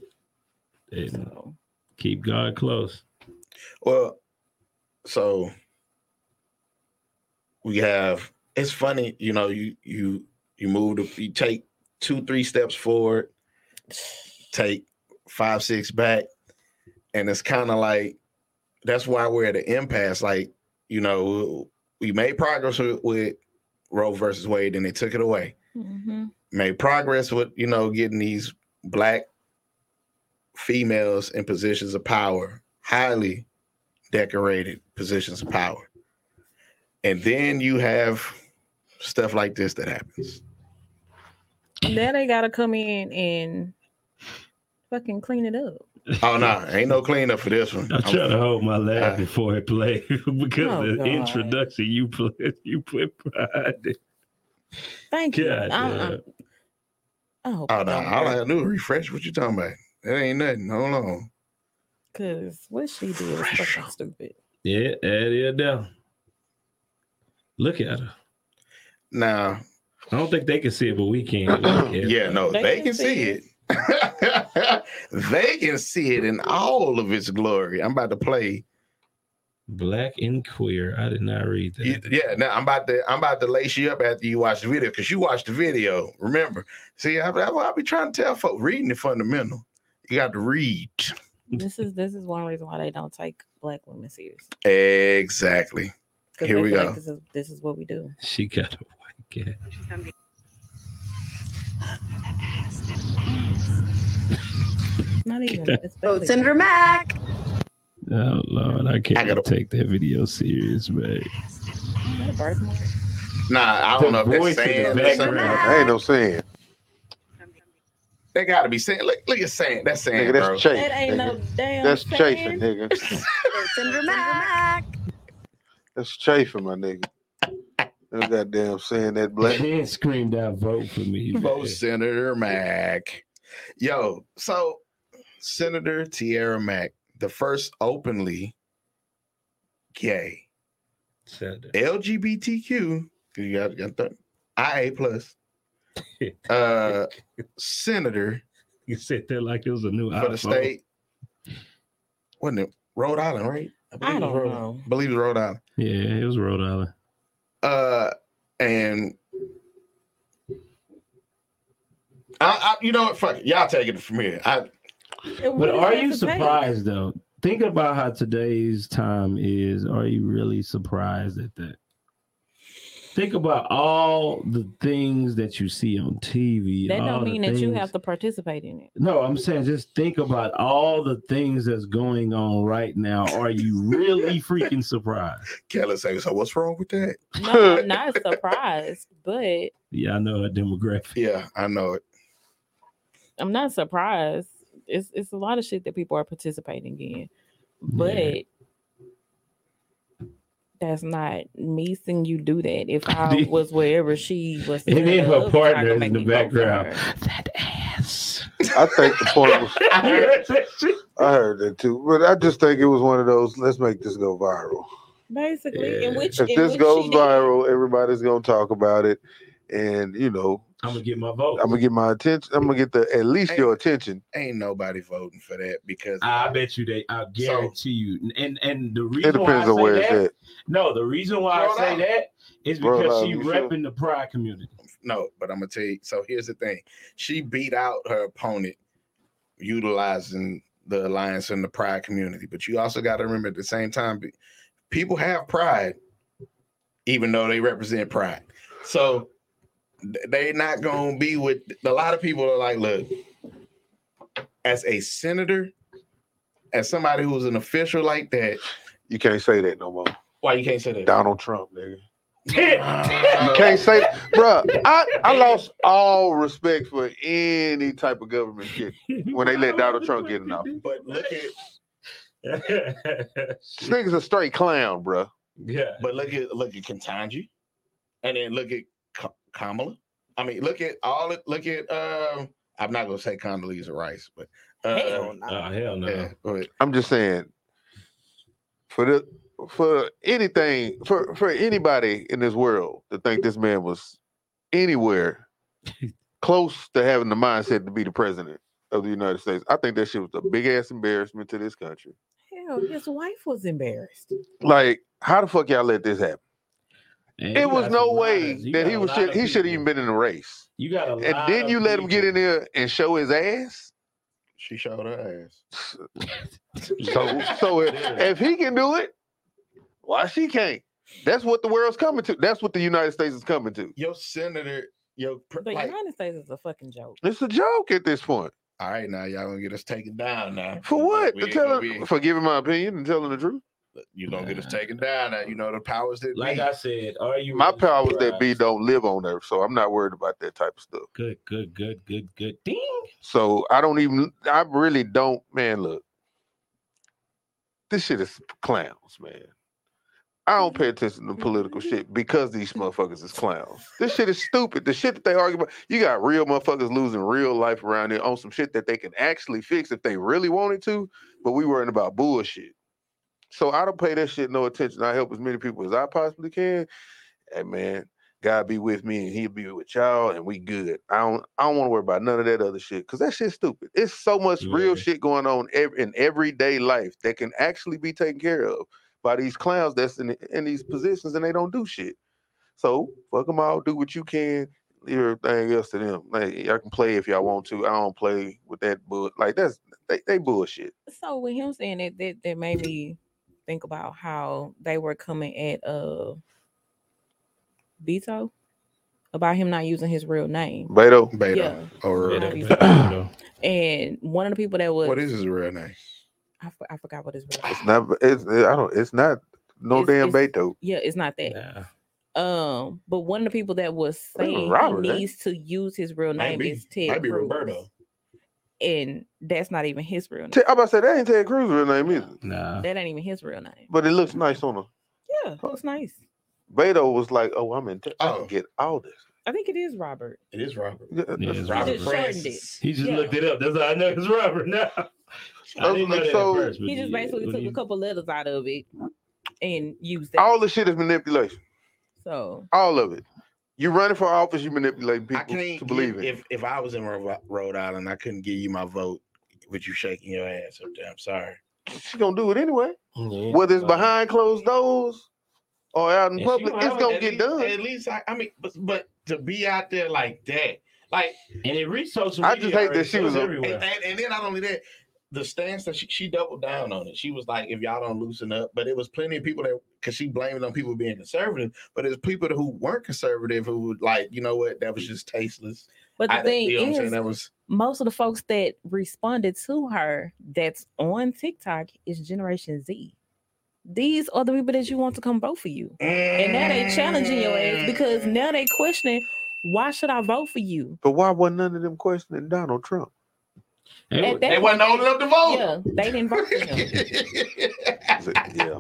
Speaker 4: and
Speaker 3: So
Speaker 4: keep God close.
Speaker 2: Well, so we have. It's funny, you know. You you you move. The, you take two, three steps forward. Take five, six back, and it's kind of like that's why we're at an impasse. Like you know, we made progress with, with Roe versus Wade, and they took it away.
Speaker 3: mm-hmm.
Speaker 2: made progress with you know getting these black females in positions of power highly decorated positions of power and then you have stuff like this that happens
Speaker 3: now they gotta come in and fucking clean it up.
Speaker 2: oh no ain't no cleanup for this one
Speaker 4: I'm Ah. trying to hold my laugh
Speaker 2: Uh,
Speaker 4: before it plays because
Speaker 3: Oh,
Speaker 4: the
Speaker 3: God.
Speaker 4: introduction you put you put behind it.
Speaker 3: Thank you.
Speaker 4: God,
Speaker 3: Uh-uh. Oh,
Speaker 2: oh no all i knew refresh what you talking about that ain't nothing hold on
Speaker 3: because what she did was fucking stupid.
Speaker 4: yeah, that is now. Look at her.
Speaker 2: now
Speaker 4: I don't think they can see it, but we can. Look at
Speaker 2: yeah no they, can, see, it, they can see it in all of its glory i'm about to play
Speaker 4: Black and queer. I did not read that.
Speaker 2: You- yeah, now I'm about to I'm about to lace you up after you watch the video because you watched the video. Remember, see, I, I, I be trying to tell folks reading is fundamental. You got to read
Speaker 3: This is this is one reason why they don't take black women serious.
Speaker 2: exactly.
Speaker 3: 'Cause
Speaker 2: Here
Speaker 3: they
Speaker 2: we
Speaker 3: feel
Speaker 2: go.
Speaker 3: Like this is this is what we do.
Speaker 4: She got a white cat.
Speaker 3: Not even. It's barely-
Speaker 8: Mack.
Speaker 4: Oh Lord, I can't
Speaker 2: I gotta-
Speaker 4: take that video serious, man.
Speaker 3: Is that a birthmark?
Speaker 2: Nah, I don't know
Speaker 1: the
Speaker 2: if
Speaker 1: voice
Speaker 2: that's
Speaker 1: in
Speaker 2: sand
Speaker 1: the
Speaker 2: or something.
Speaker 1: background. I ain't no saying.
Speaker 2: They got to be saying. Look, look at sand. That's sand,
Speaker 1: Nigga,
Speaker 2: bro.
Speaker 1: that's chasing.
Speaker 3: That ain't no damn.
Speaker 1: that's chafing,
Speaker 3: chasing.
Speaker 1: nigga. That's chafing, my nigga. No goddamn saying that black.
Speaker 4: Then screamed out, "Vote for me!" man."
Speaker 2: Vote Senator Mack. Yo, so Senator Tierra Mack, the first openly gay
Speaker 4: Said that.
Speaker 2: LGBTQ, you got, got that, IA plus, uh, senator
Speaker 4: You said that like it was a new
Speaker 2: for the
Speaker 4: iPhone.
Speaker 2: state. Wasn't it Rhode Island, right?
Speaker 3: I
Speaker 2: it was
Speaker 3: don't
Speaker 2: Rhode
Speaker 3: know.
Speaker 2: I believe it was Rhode Island.
Speaker 4: Yeah, it was Rhode Island.
Speaker 2: Uh, and I, I, you know what? Fuck it. Y'all take it from here. I,
Speaker 3: And what
Speaker 4: But
Speaker 3: is
Speaker 4: are
Speaker 3: that
Speaker 4: you
Speaker 3: to take?
Speaker 4: surprised though? Think about how today's time is. Are you really surprised at that? Think about all the things that you see on TV.
Speaker 3: That
Speaker 4: all
Speaker 3: don't
Speaker 4: the
Speaker 3: mean that you
Speaker 4: things-
Speaker 3: have to participate in it.
Speaker 4: No, I'm saying just think about all the things that's going on right now. Are you really freaking surprised?
Speaker 2: Kelly say, so what's wrong with that?
Speaker 3: No, I'm not surprised, but
Speaker 4: Yeah, I know a demographic.
Speaker 2: Yeah, I know it.
Speaker 3: I'm not surprised. It's it's a lot of shit that people are participating in, but
Speaker 4: Yeah.
Speaker 3: that's not me seeing you do that. If I was wherever she was,
Speaker 4: And then
Speaker 3: Senator
Speaker 4: her
Speaker 3: of, it's not
Speaker 4: partner
Speaker 3: gonna
Speaker 4: is
Speaker 3: make
Speaker 4: in the
Speaker 3: me vote for
Speaker 4: background.
Speaker 3: her.
Speaker 4: That ass.
Speaker 1: I think the point was.
Speaker 4: I heard that shit.
Speaker 1: I heard that too, but I just think it was one of those. Let's make this go viral.
Speaker 3: Basically, in
Speaker 4: Yeah.
Speaker 3: which
Speaker 1: If
Speaker 3: in
Speaker 1: this
Speaker 3: which
Speaker 1: goes
Speaker 3: she did.
Speaker 1: viral, everybody's gonna talk about it, and you know,
Speaker 4: I'm gonna get my vote.
Speaker 1: I'm gonna get my attention. I'm gonna get the at least your attention.
Speaker 2: Ain't nobody voting for that because
Speaker 4: I bet you they. I guarantee you. And and the reason
Speaker 1: It depends
Speaker 4: why I
Speaker 1: on
Speaker 4: say
Speaker 1: where
Speaker 4: that,
Speaker 1: it's at.
Speaker 4: No, the reason why
Speaker 2: Rhode
Speaker 4: I say
Speaker 2: Island.
Speaker 4: that is
Speaker 1: Rhode
Speaker 4: because
Speaker 1: Island,
Speaker 4: she
Speaker 1: you sure?
Speaker 4: repping the pride community.
Speaker 2: no, but I'm gonna tell you. So here's the thing: she beat out her opponent utilizing the alliance and the pride community. But you also got to remember at the same time, be- people have pride, even though they represent pride. So th- they not gonna be with a lot of people are like, look, as a senator, as somebody who's an official like that,
Speaker 1: You can't say that no more.
Speaker 2: why you can't say that?
Speaker 1: Donald Trump, nigga. You
Speaker 2: Uh,
Speaker 1: can't say, bruh. I, I lost all respect for any type of government shit when they let Donald Trump get in office.
Speaker 2: but look at
Speaker 1: This nigga's a straight clown, bruh.
Speaker 4: yeah.
Speaker 2: But look at look at Ketanji, and then look at Ka- Kamala. I mean, look at all it. Look at. Um, I'm not gonna say Condoleezza Rice, but uh,
Speaker 4: Hell no. Oh, hell no.
Speaker 2: yeah, but
Speaker 1: I'm just saying for the for anything for for anybody in this world to think this man was anywhere close to having the mindset to be the president of the United States, I think that shit was a big ass embarrassment to this country.
Speaker 3: Hell, his wife was embarrassed.
Speaker 1: Like, how the fuck y'all let this happen?
Speaker 4: And you
Speaker 1: It was
Speaker 4: got
Speaker 1: no
Speaker 4: some
Speaker 1: way
Speaker 4: liars. You
Speaker 1: that
Speaker 4: got
Speaker 1: he
Speaker 4: a
Speaker 1: was
Speaker 4: lot
Speaker 1: should,
Speaker 4: of
Speaker 1: he should have even
Speaker 4: people-
Speaker 1: been in the race.
Speaker 4: You got a lot
Speaker 1: And then
Speaker 4: of
Speaker 1: you let him get in
Speaker 4: people.
Speaker 1: there and show his ass.
Speaker 2: she showed her ass.
Speaker 1: So so if, if he can do it, why she can't? That's what the world's coming to. That's what the United States is coming to.
Speaker 2: Your senator, your pr-
Speaker 3: The
Speaker 2: like,
Speaker 3: United States is a fucking joke.
Speaker 1: It's a joke at this point.
Speaker 2: all right now, y'all gonna get us taken down now.
Speaker 1: For what?
Speaker 2: We
Speaker 1: To
Speaker 2: ain't
Speaker 1: tell
Speaker 2: gonna
Speaker 1: her- for giving my opinion and telling the truth.
Speaker 2: be- you gonna get us taken down now. You know the powers that
Speaker 4: Like
Speaker 2: be.
Speaker 4: I said, are you
Speaker 1: My
Speaker 4: really
Speaker 1: powers that be
Speaker 4: surprised?
Speaker 1: don't live on Earth, so I'm not worried about that type of stuff.
Speaker 4: Good, good, good, good, good. Ding.
Speaker 1: So I don't even. I really don't. Man, look, this shit is clowns, man. I don't pay attention to political shit because these motherfuckers is clowns. This shit is stupid. The shit that they argue about, you got real motherfuckers losing real life around there on some shit that they can actually fix if they really wanted to, but we worrying about bullshit. So I don't pay that shit no attention. I help as many people as I possibly can. Hey man, God be with me and he'll be with y'all and we good. I don't I don't want to worry about none of that other shit because that shit's stupid. It's so much
Speaker 4: Yeah.
Speaker 1: real shit going on ev- in everyday life that can actually be taken care of by these clowns that's in, in these positions and they don't do shit. So fuck them all, do what you can, leave everything else to them. Like y'all can play if y'all want to. I don't play with that bull. Like that's they, they bullshit.
Speaker 3: So with him saying that, that that made me think about how they were coming at uh Beto about him not using his real name.
Speaker 1: Beto,
Speaker 2: Beto
Speaker 3: Yeah.
Speaker 2: or
Speaker 3: Yeah.
Speaker 4: Beto,
Speaker 3: Obviously.
Speaker 4: Beto,
Speaker 3: And one of the people that was
Speaker 2: what is his real name?
Speaker 3: I, f- I forgot what his real name.
Speaker 1: it's not it's I don't it's not no
Speaker 3: It's-
Speaker 1: damn
Speaker 3: it's-
Speaker 1: Beto.
Speaker 3: Yeah, it's not that.
Speaker 4: Beto. Nah.
Speaker 3: Um, but one of the people that was
Speaker 1: They were
Speaker 3: saying
Speaker 1: robbers,
Speaker 3: he
Speaker 1: eh?
Speaker 3: needs to use his real name
Speaker 2: Might be.
Speaker 3: is Ted
Speaker 2: Might be
Speaker 3: Cruz,
Speaker 2: Roberto.
Speaker 3: and that's not even his real name.
Speaker 1: Te- I'm about to say that ain't Ted Cruz real name either.
Speaker 4: Nah.
Speaker 3: that ain't even his real name.
Speaker 1: But it looks nice on him.
Speaker 3: Yeah, looks nice.
Speaker 1: Beto was like, "Oh, I'm in. Te- I
Speaker 2: Oh.
Speaker 1: can get all this."
Speaker 3: I think it is Robert.
Speaker 2: It is Robert.
Speaker 1: Yeah, that's-
Speaker 4: Yeah, it's
Speaker 1: that's-
Speaker 2: Robert
Speaker 3: just shortened
Speaker 2: Francis.
Speaker 4: He just
Speaker 3: Yeah.
Speaker 4: looked it up. That's how I know it's Robert now. I didn't know that at
Speaker 1: So-
Speaker 4: first, but
Speaker 3: He just
Speaker 4: yeah,
Speaker 3: basically
Speaker 4: when
Speaker 3: took
Speaker 4: you-
Speaker 3: a couple letters out of it and used that.
Speaker 1: all the shit is manipulation.
Speaker 3: so
Speaker 1: All of it. You running for office, you manipulating
Speaker 2: I
Speaker 1: people
Speaker 2: can't
Speaker 1: to believe
Speaker 2: give-
Speaker 1: it.
Speaker 2: If if I was in Ro- Rhode Island, I couldn't give you my vote with you shaking your ass up there. I'm sorry.
Speaker 1: She's gonna do it anyway,
Speaker 4: Yeah,
Speaker 1: whether it's
Speaker 4: but-
Speaker 1: behind closed doors or out in
Speaker 4: And she
Speaker 1: public.
Speaker 4: gonna
Speaker 1: It's
Speaker 4: have
Speaker 1: gonna
Speaker 2: at
Speaker 1: get
Speaker 2: least,
Speaker 1: done.
Speaker 2: At least I, I mean, but, but to be out there like that, like,
Speaker 4: And it reached social
Speaker 1: I
Speaker 4: media.
Speaker 1: just hate that
Speaker 4: already,
Speaker 1: she
Speaker 4: so
Speaker 1: was
Speaker 4: it's
Speaker 1: a-
Speaker 2: and,
Speaker 4: everywhere.
Speaker 2: and, and then not only that, the stance that she, she doubled down on it. She was like, if y'all don't loosen up, but it was plenty of people that because she blamed it on people being conservative, but it's people who weren't conservative who would like, you know what, that was just tasteless.
Speaker 3: but the
Speaker 2: I,
Speaker 3: thing
Speaker 2: you know what I'm saying?
Speaker 3: is
Speaker 2: That was
Speaker 3: most of the folks that responded to her that's on TikTok is Generation Z. These are the people that you want to come vote for you. And now they challenging your ass because
Speaker 2: Mm.
Speaker 3: now they questioning why should I vote for you?
Speaker 1: But why wasn't none of them questioning Donald Trump?
Speaker 4: It
Speaker 3: At
Speaker 4: was-
Speaker 3: that
Speaker 2: they wasn't
Speaker 3: point,
Speaker 2: old enough to vote.
Speaker 3: Yeah, they didn't vote for him.
Speaker 1: Is it- yeah.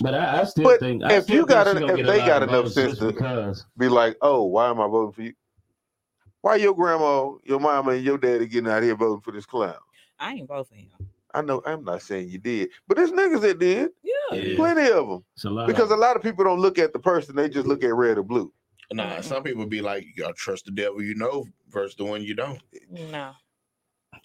Speaker 4: But I, I still
Speaker 1: But
Speaker 4: think I
Speaker 1: if
Speaker 4: still
Speaker 1: you
Speaker 4: think
Speaker 1: got
Speaker 4: she
Speaker 1: an-
Speaker 4: gonna
Speaker 1: if
Speaker 4: get a
Speaker 1: they
Speaker 4: lot
Speaker 1: got
Speaker 4: of
Speaker 1: enough
Speaker 4: votes just
Speaker 1: sense to-
Speaker 4: because
Speaker 1: Be like, oh, why am I voting for you? Why your grandma, your mama, and your daddy getting out here voting for this clown?
Speaker 3: I ain't vote for him.
Speaker 1: I know I'm not saying you did, but there's niggas that did.
Speaker 3: Yeah.
Speaker 4: Yeah.
Speaker 1: Plenty of them.
Speaker 4: it's a
Speaker 3: Uh-huh.
Speaker 4: lot
Speaker 1: Because a
Speaker 4: of,
Speaker 1: lot of people don't look at the person, they just look at red or blue.
Speaker 2: Nah, some people be like, you gotta trust the devil you know versus the one you don't.
Speaker 3: No.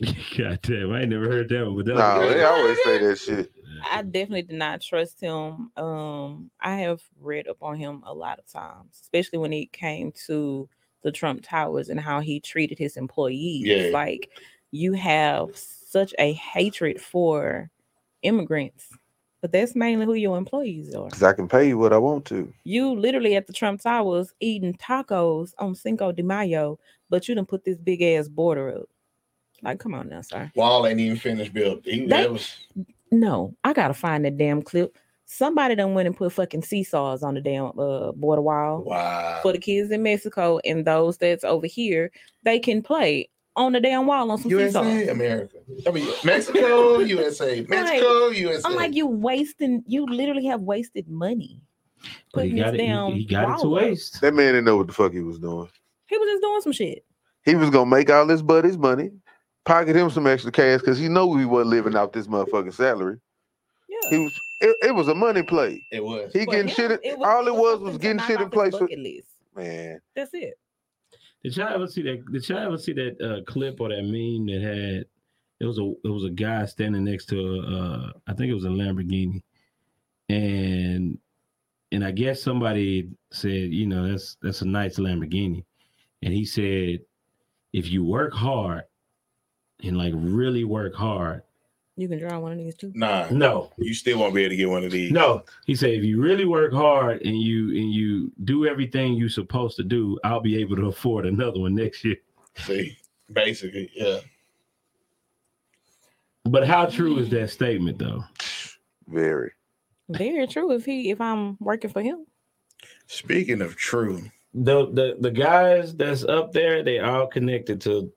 Speaker 4: God damn, I ain't never heard that one. But that
Speaker 1: No,
Speaker 4: was
Speaker 1: they
Speaker 4: good.
Speaker 1: always say that shit.
Speaker 3: I definitely did not trust him. Um, I have read up on him a lot of times, especially when it came to the Trump Towers and how he treated his employees.
Speaker 2: Yeah.
Speaker 3: Like you have such a hatred for immigrants, but that's mainly who your employees are.
Speaker 1: Because I can pay you what I want to.
Speaker 3: You literally at the Trump Towers eating tacos on Cinco de Mayo, but you done put this big ass border up. Like, come on now, sir.
Speaker 2: Wall ain't even finished built. He,
Speaker 3: They-
Speaker 2: that was
Speaker 3: No, I gotta find that damn clip. Somebody done went and put fucking seesaws on the damn uh, border wall
Speaker 2: wow.
Speaker 3: for the kids in Mexico and those that's over here. They can play on the damn wall on some
Speaker 2: USA,
Speaker 3: seesaws.
Speaker 2: America. I mean, Mexico, USA, Mexico, USA.
Speaker 3: I'm like, you wasting. You literally have wasted money
Speaker 4: But he
Speaker 3: putting
Speaker 4: got
Speaker 3: this
Speaker 4: it.
Speaker 3: damn
Speaker 4: He, he got it to
Speaker 3: wall up.
Speaker 4: waste.
Speaker 1: That man didn't know what the fuck he was doing.
Speaker 3: He was just doing some shit.
Speaker 1: He was gonna make all his buddies money, pocket him some extra cash because he know we wasn't living off this motherfucking salary.
Speaker 3: Yeah.
Speaker 1: He was. It, it was a money play.
Speaker 2: It was.
Speaker 1: He
Speaker 3: For
Speaker 1: getting
Speaker 3: him,
Speaker 1: shit. in-
Speaker 3: was-
Speaker 1: all it was
Speaker 3: something
Speaker 1: was
Speaker 3: to
Speaker 1: getting
Speaker 3: knock
Speaker 1: shit in
Speaker 3: off his
Speaker 1: place. for-
Speaker 3: bucket list.
Speaker 1: Man,
Speaker 3: That's it.
Speaker 4: Did y'all ever see that? Did y'all ever see that uh, clip or that meme that had? It was a it was a guy standing next to a, uh, I think it was a Lamborghini, and and I guess somebody said, you know, that's that's a nice Lamborghini, and he said, if you work hard, and like really work hard,
Speaker 3: You can draw one of these too.
Speaker 2: Nah,
Speaker 4: no,
Speaker 2: you still won't be able to get one of these.
Speaker 4: no, he said, if you really work hard and you and you do everything you're supposed to do, I'll be able to afford another one next year.
Speaker 2: See, basically, yeah.
Speaker 4: But how true is that statement though?
Speaker 1: very.
Speaker 3: Very true. If he, if I'm working for him,
Speaker 2: Speaking of true,
Speaker 4: The the the guys that's up there, they all connected to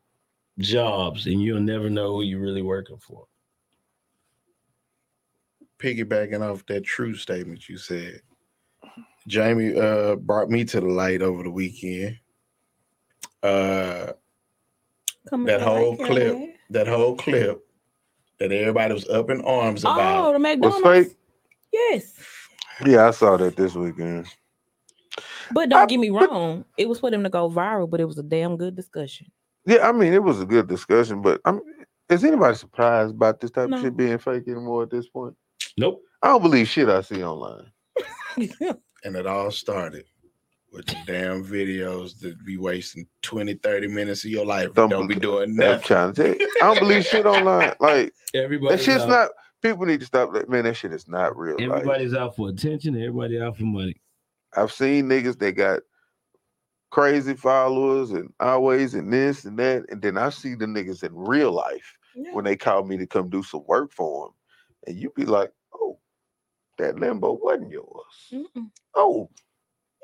Speaker 4: jobs, and you'll never know who you're really working for.
Speaker 2: piggybacking off that true statement you said, Jamie uh, brought me to the light over the weekend. Uh,
Speaker 3: coming
Speaker 2: That
Speaker 3: to the light
Speaker 2: whole
Speaker 3: here,
Speaker 2: clip.
Speaker 3: man.
Speaker 2: that whole clip that everybody was up in arms
Speaker 3: Oh,
Speaker 2: about.
Speaker 3: the
Speaker 1: Was
Speaker 3: McDonald's.
Speaker 1: fake.
Speaker 3: Yes,
Speaker 1: Yeah, I saw that this weekend.
Speaker 3: but don't
Speaker 1: I-
Speaker 3: get me wrong. It was for them to go viral, but it was a damn good discussion.
Speaker 1: Yeah, I mean it was a good discussion, but I'm. Is anybody surprised about this type
Speaker 3: No.
Speaker 1: of shit being fake anymore at this point?
Speaker 4: Nope.
Speaker 1: I don't believe shit I see online.
Speaker 2: And it all started with the damn videos that be wasting 20, 30 minutes of your life.
Speaker 1: Don't
Speaker 2: Don't, be doing
Speaker 1: I'm
Speaker 2: nothing.
Speaker 1: trying to tell you. I don't believe shit online. Like
Speaker 4: Everybody's
Speaker 1: that shit's
Speaker 4: out,
Speaker 1: not. People need to stop. Like, man, that shit is not real. Like,
Speaker 4: everybody's out for attention, everybody out for money.
Speaker 1: I've seen niggas that got crazy followers and always and this and that, and then I see the niggas in real life
Speaker 3: Yeah.
Speaker 1: when they call me to come do some work for them, and you be like, oh, that Lambo wasn't yours.
Speaker 3: Mm-mm.
Speaker 1: Oh,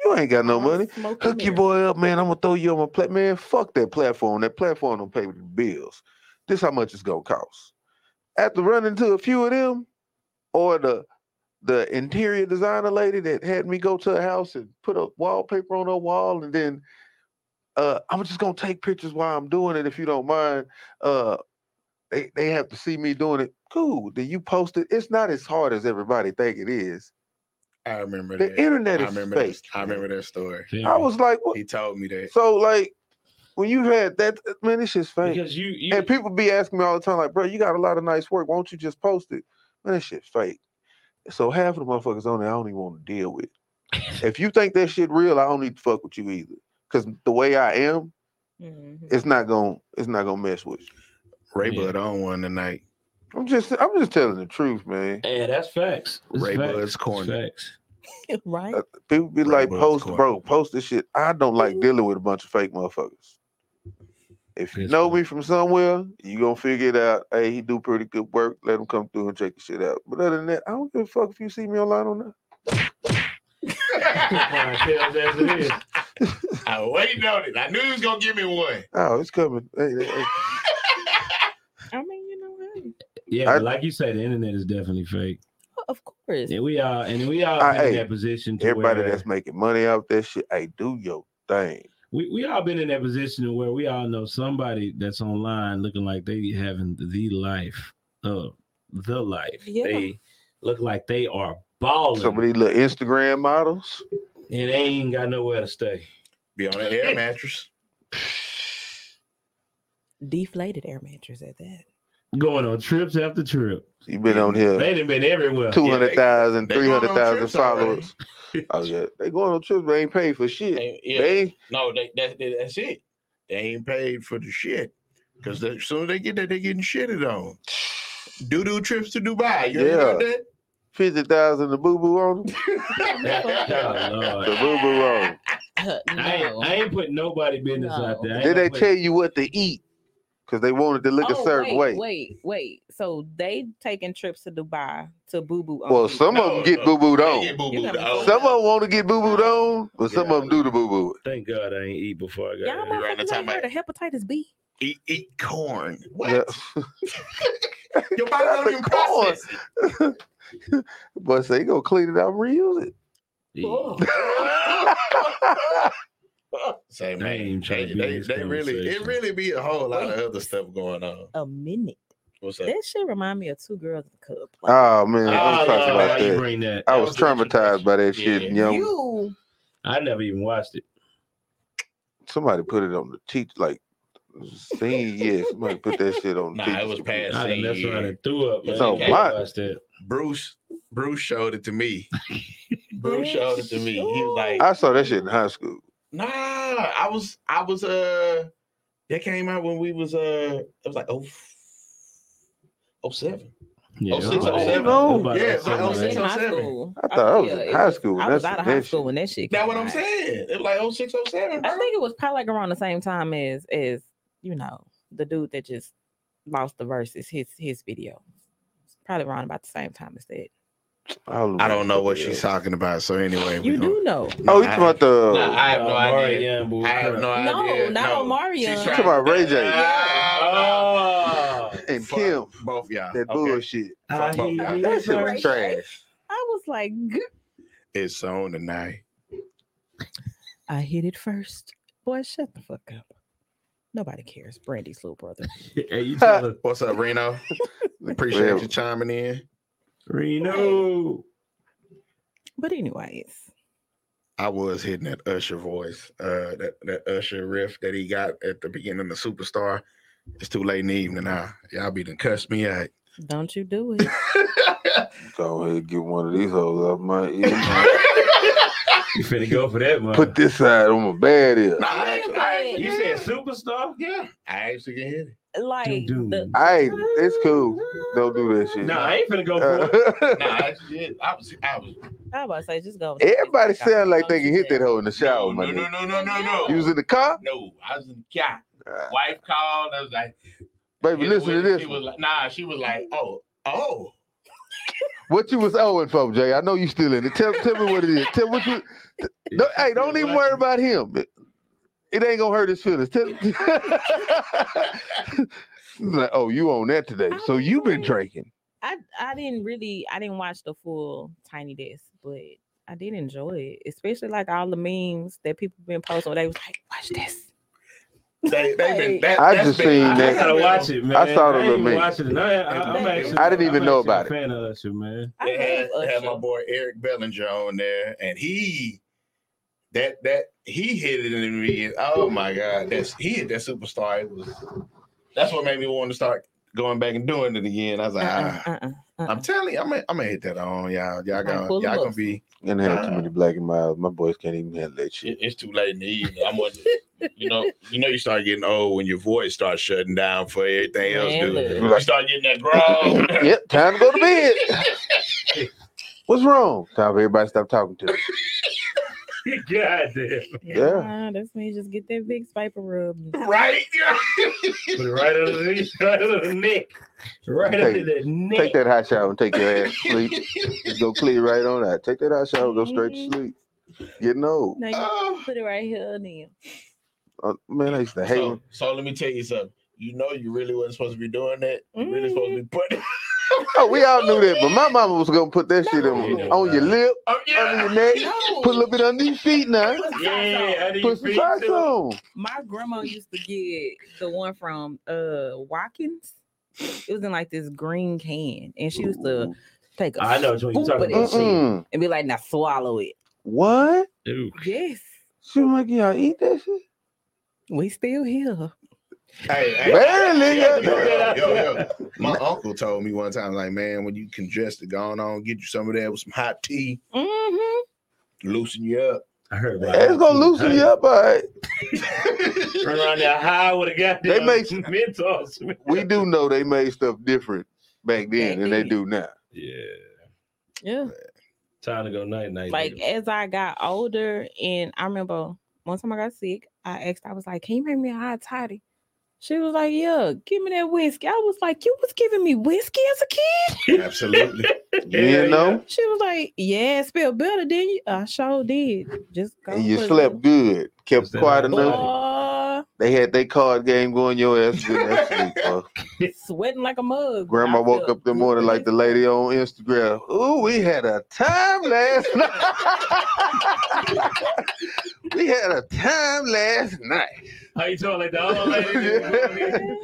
Speaker 1: you ain't got no
Speaker 3: All
Speaker 1: money.
Speaker 3: smoke and
Speaker 1: Hook your
Speaker 3: mirrors.
Speaker 1: boy up, man. I'm gonna throw you on my plat. Man, fuck that platform. That platform don't pay the bills. This how much it's gonna cost. After running to a few of them, or the the interior designer lady that had me go to a house and put a wallpaper on her wall, and then uh, I'm just gonna take pictures while I'm doing it. If you don't mind, uh, they they have to see me doing it. Cool. Then you post it. It's not as hard as everybody think it is.
Speaker 2: I remember
Speaker 1: The
Speaker 2: that.
Speaker 1: internet
Speaker 2: I
Speaker 1: is
Speaker 2: remember
Speaker 1: fake.
Speaker 2: that. I remember that story.
Speaker 1: I was like, what?
Speaker 2: He told me that.
Speaker 1: So like when you had that man, this shit's fake.
Speaker 4: because you, you
Speaker 1: and people be asking me all the time, like, bro, you got a lot of nice work. Won't you just post it? Man, that shit's fake. So half of the motherfuckers on there, I don't even want to deal with. if you think that shit real, I don't need to fuck with you either. Cause the way I am,
Speaker 3: Mhm.
Speaker 1: it's not gonna it's not gonna mess with you.
Speaker 2: Ray
Speaker 4: Yeah.
Speaker 2: Bud on one tonight.
Speaker 1: I'm just I'm just telling the truth, man.
Speaker 4: yeah, that's facts. It's
Speaker 2: Ray
Speaker 4: facts.
Speaker 2: Bud's
Speaker 4: It's
Speaker 2: corner.
Speaker 4: facts.
Speaker 3: right?
Speaker 1: Uh, People be
Speaker 2: Right,
Speaker 1: like,
Speaker 2: bro, of
Speaker 1: post
Speaker 2: course.
Speaker 1: bro, post this shit. I don't like dealing with a bunch of fake motherfuckers. If you
Speaker 4: Yes,
Speaker 1: know
Speaker 4: bro.
Speaker 1: me from somewhere, you gonna figure it out. Hey, he do pretty good work. Let him come through and check your shit out. But other than that, I don't give a fuck if you see me online or not.
Speaker 4: Clientele's as it is.
Speaker 2: I was waiting on it. I knew he was gonna give me one.
Speaker 1: Oh, it's coming. Hey, hey, hey.
Speaker 3: I mean, you know, hey,
Speaker 4: Yeah,
Speaker 1: I-
Speaker 4: but like you say, the internet is definitely fake.
Speaker 3: well, of course.
Speaker 4: And we are, and we all
Speaker 1: I-
Speaker 4: been in
Speaker 1: hey,
Speaker 4: that position to
Speaker 1: Everybody
Speaker 4: where
Speaker 1: that's making money out that shit, hey, do your thing.
Speaker 4: we, we all been in that position to where we all know somebody that's online looking like they having the life of the life.
Speaker 3: Yeah.
Speaker 4: They look like they are balling
Speaker 1: Some of these little Instagram models.
Speaker 4: and they ain't got nowhere to stay.
Speaker 2: Be on an air mattress.
Speaker 3: Deflated air mattress at that.
Speaker 4: Going on trips after trip.
Speaker 1: You been on here
Speaker 4: They done been everywhere.
Speaker 1: Uh, two hundred thousand,
Speaker 2: they going
Speaker 1: three
Speaker 2: on
Speaker 1: hundred thousand
Speaker 2: trips already.
Speaker 1: followers. Oh yeah, they going on trips. They ain't paying for shit.
Speaker 2: Yeah.
Speaker 1: They ain't
Speaker 2: No, they, that, that- that's it. They ain't paid for the shit. Because as soon as they get there, they getting shitted on. Doo doo trips to Dubai. You yeah. heard
Speaker 1: Yeah.
Speaker 2: that?
Speaker 1: fifty thousand to boo boo on them.
Speaker 4: Oh,
Speaker 1: The
Speaker 4: Lord.
Speaker 1: boo boo on. 'em.
Speaker 4: I ain't, I ain't putting nobody business out there. I ain't
Speaker 1: Then
Speaker 4: gonna
Speaker 1: they
Speaker 4: put-
Speaker 1: tell you what to eat because they wanted to look a certain
Speaker 3: Oh, wait,
Speaker 1: way.
Speaker 3: wait, wait. So they taking trips to Dubai to boo boo.
Speaker 1: Well, some of
Speaker 2: No,
Speaker 1: them get
Speaker 2: no,
Speaker 1: boo booed
Speaker 2: They
Speaker 1: on.
Speaker 2: get boo
Speaker 3: You
Speaker 2: booed
Speaker 3: gotta
Speaker 2: out.
Speaker 3: go.
Speaker 1: Some of them want to get boo booed on, but some
Speaker 4: Yeah.
Speaker 1: of them do the boo boo.
Speaker 4: Thank God I ain't eat before I got
Speaker 3: y'all
Speaker 4: here.
Speaker 2: around the
Speaker 3: motherfuckers
Speaker 2: time
Speaker 3: ain't heard of hepatitis B.
Speaker 2: Eat, eat corn. What?
Speaker 1: Yeah.
Speaker 2: Your body
Speaker 1: That's
Speaker 2: don't even
Speaker 1: a corn.
Speaker 2: process it.
Speaker 1: But they gonna clean it out and reuse it.
Speaker 4: Yeah.
Speaker 1: I
Speaker 2: Say,
Speaker 4: They
Speaker 2: man,
Speaker 4: ain't trying to
Speaker 2: they,
Speaker 4: be in
Speaker 2: they,
Speaker 4: this
Speaker 2: they really, it
Speaker 4: conversation.
Speaker 2: really be a whole lot of other stuff going on.
Speaker 3: A minute.
Speaker 2: What's up?
Speaker 3: That shit remind me of two girls in the club.
Speaker 1: Oh man, I was
Speaker 2: Oh,
Speaker 1: talking
Speaker 2: yeah,
Speaker 1: about
Speaker 4: Now you
Speaker 1: that.
Speaker 4: bring that.
Speaker 1: I
Speaker 2: That
Speaker 1: was
Speaker 2: was the introduction.
Speaker 1: traumatized by that shit.
Speaker 2: Yeah.
Speaker 1: You know,
Speaker 3: You
Speaker 4: I never even watched it.
Speaker 1: somebody put it on the teach like scene. Yeah, somebody put that shit on. the
Speaker 2: Nah, it
Speaker 1: teacher's
Speaker 2: was
Speaker 1: screen.
Speaker 2: past
Speaker 4: I done messed around
Speaker 2: scene.
Speaker 4: and threw up. Man.
Speaker 1: So
Speaker 4: I ain't
Speaker 1: what?
Speaker 4: watched that.
Speaker 2: Bruce, Bruce showed it to me. Bruce showed it to me. He was like,
Speaker 1: I saw that shit in high school.
Speaker 2: Nah, I was I was uh that came out when we was uh it was like oh oh seven.
Speaker 4: Yeah,
Speaker 2: Oh,
Speaker 4: it was
Speaker 2: six,
Speaker 4: about
Speaker 2: oh,
Speaker 4: that. It
Speaker 2: seven.
Speaker 4: was about
Speaker 2: Yeah,
Speaker 4: that
Speaker 2: it's like,
Speaker 4: summer,
Speaker 2: oh,
Speaker 3: was
Speaker 4: man.
Speaker 2: six,
Speaker 3: in
Speaker 2: oh,
Speaker 3: high
Speaker 2: seven.
Speaker 3: school.
Speaker 1: I thought I was
Speaker 3: yeah,
Speaker 1: in
Speaker 3: it
Speaker 1: high school.
Speaker 3: I
Speaker 1: when
Speaker 3: was
Speaker 1: that
Speaker 3: out of
Speaker 1: shit-
Speaker 3: high
Speaker 1: that
Speaker 3: school
Speaker 1: shit-
Speaker 3: when that shit.
Speaker 2: That
Speaker 3: came
Speaker 2: what I'm
Speaker 3: out.
Speaker 2: saying. It was like oh six, oh seven,
Speaker 3: I
Speaker 2: bro.
Speaker 3: think it was probably like around the same time as as you know the dude that just lost the verses his his video. It's probably around about the same time as that.
Speaker 2: I don't know what
Speaker 1: Yeah.
Speaker 2: she's talking about. So anyway, we
Speaker 3: You
Speaker 2: gonna-
Speaker 3: do know.
Speaker 2: No,
Speaker 1: Oh, you
Speaker 2: I-
Speaker 1: talking about the?
Speaker 2: Nah, I have no
Speaker 4: Uh, Mari
Speaker 2: idea.
Speaker 4: Young, boy,
Speaker 2: I have no
Speaker 4: crap.
Speaker 3: No,
Speaker 2: idea.
Speaker 3: not on Mario.
Speaker 2: She's
Speaker 3: You
Speaker 2: trying-
Speaker 1: talking about Ray J.
Speaker 2: Ah,
Speaker 4: Oh.
Speaker 1: and
Speaker 2: fuck
Speaker 1: Kim.
Speaker 2: Both y'all.
Speaker 1: That
Speaker 2: okay.
Speaker 1: bullshit.
Speaker 4: I hear
Speaker 2: That
Speaker 4: you,
Speaker 1: That shit
Speaker 4: Mari.
Speaker 1: was trash.
Speaker 3: I was like, "G-
Speaker 2: It's on tonight.
Speaker 3: I hit it first. Boy, shut the fuck up. Nobody cares. Brandy's little brother.
Speaker 4: Hey, you tell us,
Speaker 2: What's up, Reno? Appreciate
Speaker 1: Well-
Speaker 2: you chiming in.
Speaker 4: Reno.
Speaker 3: But anyways,
Speaker 2: I was hitting that Usher voice, uh, that that Usher riff that he got at the beginning of Superstar. It's too late in the evening now. Y'all be done cuss me out.
Speaker 3: don't you do it.
Speaker 1: Go ahead and get one of these hoes off my ear. man.
Speaker 4: You finna go for that one.
Speaker 1: Put this side on my bad ear.
Speaker 2: Nah, I actually, I,
Speaker 4: you said superstar?
Speaker 2: yeah, I actually can hit it.
Speaker 3: Like
Speaker 4: do.
Speaker 3: the
Speaker 1: I ain't. It's cool. Don't do that shit.
Speaker 4: No, I ain't finna go for it.
Speaker 2: Nah,
Speaker 1: Uh,
Speaker 2: I actually did. I was, I was.
Speaker 3: I was about to say, just go. with the
Speaker 1: Everybody
Speaker 3: TikTok.
Speaker 1: sound like they
Speaker 3: Don't
Speaker 1: can
Speaker 3: you
Speaker 1: hit that
Speaker 3: dare.
Speaker 1: hoe in the shower,
Speaker 2: no,
Speaker 1: man.
Speaker 2: no, no, no, no, no.
Speaker 1: You was in the car,
Speaker 2: no, I was in the car.
Speaker 1: Uh.
Speaker 2: Wife called. I was like,
Speaker 1: baby.
Speaker 2: hit
Speaker 1: Listen to
Speaker 2: with it.
Speaker 1: this.
Speaker 2: She was like, nah, she was like, oh, oh.
Speaker 1: What you was owing for, Jay? I know you still in it. Tell, tell me what it is. Tell what you. No, hey, don't even worry about him. It, it ain't gonna hurt his feelings. Tell, like, oh, you on that today? So you been drinking?
Speaker 3: I I didn't really I didn't watch the full Tiny Desk, but I did enjoy it, especially like all the memes that people been posting. Where they was like, "Watch this."
Speaker 2: They, they've been. That,
Speaker 1: I
Speaker 2: that's
Speaker 1: just
Speaker 2: been-
Speaker 1: seen
Speaker 4: I
Speaker 1: that-
Speaker 4: gotta watch it, man.
Speaker 1: I saw the
Speaker 4: ain't
Speaker 1: little
Speaker 4: even
Speaker 1: meme.
Speaker 4: watch it, and I, I, am actually,
Speaker 1: I didn't even
Speaker 4: I'm
Speaker 1: know
Speaker 4: actually
Speaker 1: about
Speaker 4: a Fan of Usher, man.
Speaker 3: I
Speaker 2: They had,
Speaker 3: love
Speaker 2: had my
Speaker 3: Usher.
Speaker 2: boy Eric Bellinger on there, and he that that he hit it in me. And, oh my god, that's he hit that superstar. It was that's what made me want to start going back and doing it again. I was like,
Speaker 3: Uh-uh,
Speaker 2: ah,
Speaker 3: uh-uh, uh-uh.
Speaker 2: I'm telling you, I'm gonna, I'm gonna hit that on y'all. Y'all
Speaker 3: Like,
Speaker 2: gonna
Speaker 3: pull the
Speaker 2: y'all gonna
Speaker 3: books.
Speaker 2: be.
Speaker 1: And they had too many black and miles. My boys can't even handle that
Speaker 2: it-
Speaker 1: shit.
Speaker 2: It's too late in the evening. I'm wondering- you know, you know, you start getting old when your voice starts shutting down for everything else.
Speaker 3: Man,
Speaker 2: Dude.
Speaker 3: look.
Speaker 2: You start getting that growl.
Speaker 1: yep, time to go to bed. What's wrong? Time for everybody to stop talking to me.
Speaker 4: God damn.
Speaker 1: Yeah.
Speaker 3: Nah, that's me. Just get that big viper rub. and
Speaker 2: Right?
Speaker 4: Put it right under the, right under the neck. Right
Speaker 1: Take-
Speaker 4: under the neck.
Speaker 1: Take that hot shower and take your ass to sleep. Just go clear right on that. Take that hot shower, and go straight to sleep. Getting old.
Speaker 3: Now you
Speaker 2: Oh.
Speaker 3: put it right here and then.
Speaker 1: Uh, man, I used to hate
Speaker 2: so,
Speaker 1: when
Speaker 2: so let me tell you something. You know you really wasn't supposed to be doing that. You
Speaker 3: Mm-hmm.
Speaker 2: really supposed to be putting
Speaker 1: Oh, we all knew that, but my mama was gonna put that shit on,
Speaker 4: No.
Speaker 1: on your lip,
Speaker 2: oh,
Speaker 1: under
Speaker 2: yeah.
Speaker 1: your neck,
Speaker 3: No.
Speaker 1: put a little bit under your feet now.
Speaker 4: Yeah, I
Speaker 1: Put
Speaker 4: didn't
Speaker 1: some
Speaker 4: feet
Speaker 1: socks
Speaker 4: too.
Speaker 1: on.
Speaker 3: My grandma used to get the one from uh Watkins. It was in like this green can, and she used to take a
Speaker 4: I know what you're
Speaker 3: scoop
Speaker 4: talking
Speaker 3: of that
Speaker 4: about.
Speaker 3: shit
Speaker 1: Mm-mm.
Speaker 3: and be like, "Now swallow it."
Speaker 1: What?
Speaker 4: Ew.
Speaker 3: Yes,
Speaker 1: She was like, y'all eat that shit?
Speaker 3: we still here.
Speaker 2: Hey, hey,
Speaker 1: Barely,
Speaker 2: yo, yo,
Speaker 1: yeah.
Speaker 2: yo, yo. My uncle told me one time, like, man, when you congested, going on, get you some of that with some hot tea,
Speaker 3: Mm-hmm.
Speaker 2: loosen you up.
Speaker 4: I heard about
Speaker 1: It's gonna loosen you up, all right.
Speaker 4: Run around there high with a goddamn
Speaker 1: They make-
Speaker 4: Mentos.
Speaker 1: We do know they made stuff different back then than they do now.
Speaker 4: Yeah.
Speaker 3: Yeah.
Speaker 4: Time to go night night.
Speaker 3: Like as I got older, and I remember one time I got sick, I asked, I was like, "Can you make me a hot toddy?" She was like, "Yeah, give me that whiskey." I was like, "You was giving me whiskey as a kid?"
Speaker 2: Absolutely.
Speaker 1: you know?
Speaker 3: She was like, "Yeah, it smelled better, didn't you?" I sure did. Just go
Speaker 1: And you
Speaker 3: put it
Speaker 1: slept
Speaker 3: in.
Speaker 1: good, kept
Speaker 4: Instead of
Speaker 1: quiet
Speaker 4: outside.
Speaker 1: enough.
Speaker 3: Boy,
Speaker 1: They had their card game going your ass. Good enough sleep, boy.
Speaker 3: sweating like a mug.
Speaker 1: Grandma
Speaker 3: I
Speaker 1: woke
Speaker 3: felt
Speaker 1: up the
Speaker 3: good
Speaker 1: morning like
Speaker 3: as
Speaker 1: the lady on Instagram. Ooh, we had a time last night. we We had a time last night.
Speaker 11: How you talking like the old lady?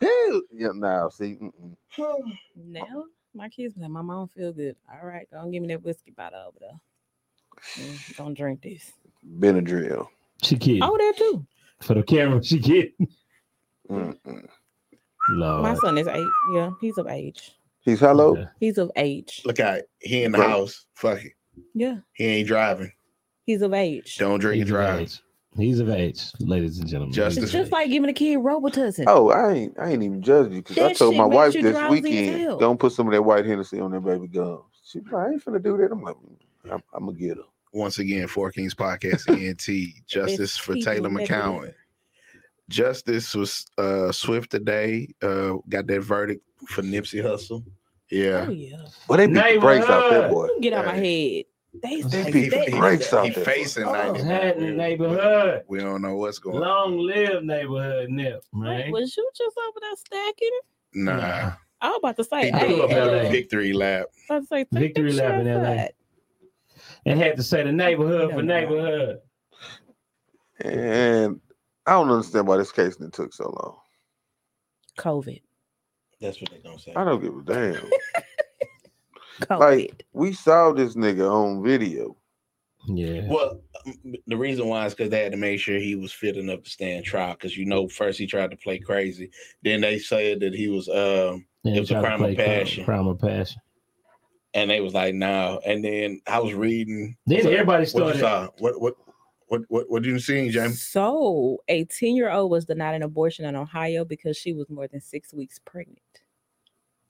Speaker 1: Hell, yeah, nah, see, mm-mm.
Speaker 3: Now my kids be like, Mama, I don't feel good. All right, don't give me that whiskey bottle over there. Mm, Don't drink this.
Speaker 1: Benadryl.
Speaker 4: She kid.
Speaker 3: Oh, that too.
Speaker 4: For the camera, she kid.
Speaker 1: Mm-mm.
Speaker 4: Lord.
Speaker 2: Uh,
Speaker 3: My son is eight. Yeah, he's of age.
Speaker 1: He's hello.
Speaker 3: He's of age.
Speaker 2: Look out, he in the
Speaker 1: Right.
Speaker 2: house. Fuck it.
Speaker 3: Yeah,
Speaker 2: He ain't driving.
Speaker 3: he's of age.
Speaker 2: Don't drink and
Speaker 4: He's of
Speaker 2: drive.
Speaker 4: age. He's of age, ladies and gentlemen.
Speaker 3: It's
Speaker 2: Justice.
Speaker 3: just like giving a kid Robitussin.
Speaker 1: Oh, I ain't, I ain't even judging you because I
Speaker 3: That
Speaker 1: told
Speaker 3: shit
Speaker 1: my
Speaker 3: makes
Speaker 1: wife
Speaker 3: you
Speaker 1: this
Speaker 3: drowsy as
Speaker 1: weekend,
Speaker 3: hell.
Speaker 1: don't put some of that white Hennessy on that baby gum. She, like, I ain't finna do that. I'm like, "Mm, I'm, I'm gonna get her.
Speaker 2: Once again, Four Kings Podcast ENT. Justice for
Speaker 3: people
Speaker 2: Taylor
Speaker 3: never
Speaker 2: McCowan.
Speaker 3: do.
Speaker 2: Justice was uh swift today. Uh got that verdict for Nipsey Hustle. Yeah.
Speaker 3: Oh yeah.
Speaker 1: But they beat the brakes out that boy.
Speaker 3: Get out my head. They
Speaker 4: They
Speaker 3: say
Speaker 4: beat
Speaker 2: He-
Speaker 1: the
Speaker 3: that-
Speaker 1: brakes out
Speaker 2: he
Speaker 1: there.
Speaker 2: facing
Speaker 4: Oh,
Speaker 2: 99.
Speaker 4: had in the neighborhood.
Speaker 2: We don't know what's going on.
Speaker 4: Long live neighborhood nip,
Speaker 3: Wait,
Speaker 4: man.
Speaker 3: was you just over there stacking?
Speaker 2: Nah.
Speaker 3: I was about to say,
Speaker 2: He
Speaker 4: Hey,
Speaker 2: blew up
Speaker 4: hey,
Speaker 2: LA.
Speaker 4: hey.
Speaker 2: Victory lap.
Speaker 3: I was about to say, take
Speaker 4: Victory
Speaker 3: that
Speaker 4: lap
Speaker 3: shot
Speaker 4: in LA.
Speaker 3: side.
Speaker 4: And had to say the neighborhood
Speaker 3: No,
Speaker 4: for
Speaker 3: no.
Speaker 4: neighborhood.
Speaker 1: And I don't understand why this case didn't took so long.
Speaker 3: COVID.
Speaker 2: That's what they gonna say.
Speaker 1: I don't give a damn.
Speaker 3: COVID.
Speaker 1: Like we saw this nigga on video.
Speaker 4: Yeah.
Speaker 2: Well, m- the reason why is because they had to make sure he was fit enough to stand trial. Because you know, first he tried to play crazy. Then they said that he was, um,
Speaker 4: And
Speaker 2: it was a
Speaker 4: try to
Speaker 2: crime of
Speaker 4: play crime-
Speaker 2: passion.
Speaker 4: Crime of passion.
Speaker 2: and they was like, no. And then I was reading.
Speaker 4: Then
Speaker 2: So,
Speaker 4: everybody
Speaker 2: What you
Speaker 4: started.
Speaker 2: saw? What what what what what you seeing, James?
Speaker 3: So, a 10 year old was denied an abortion in Ohio because she was more than six weeks pregnant.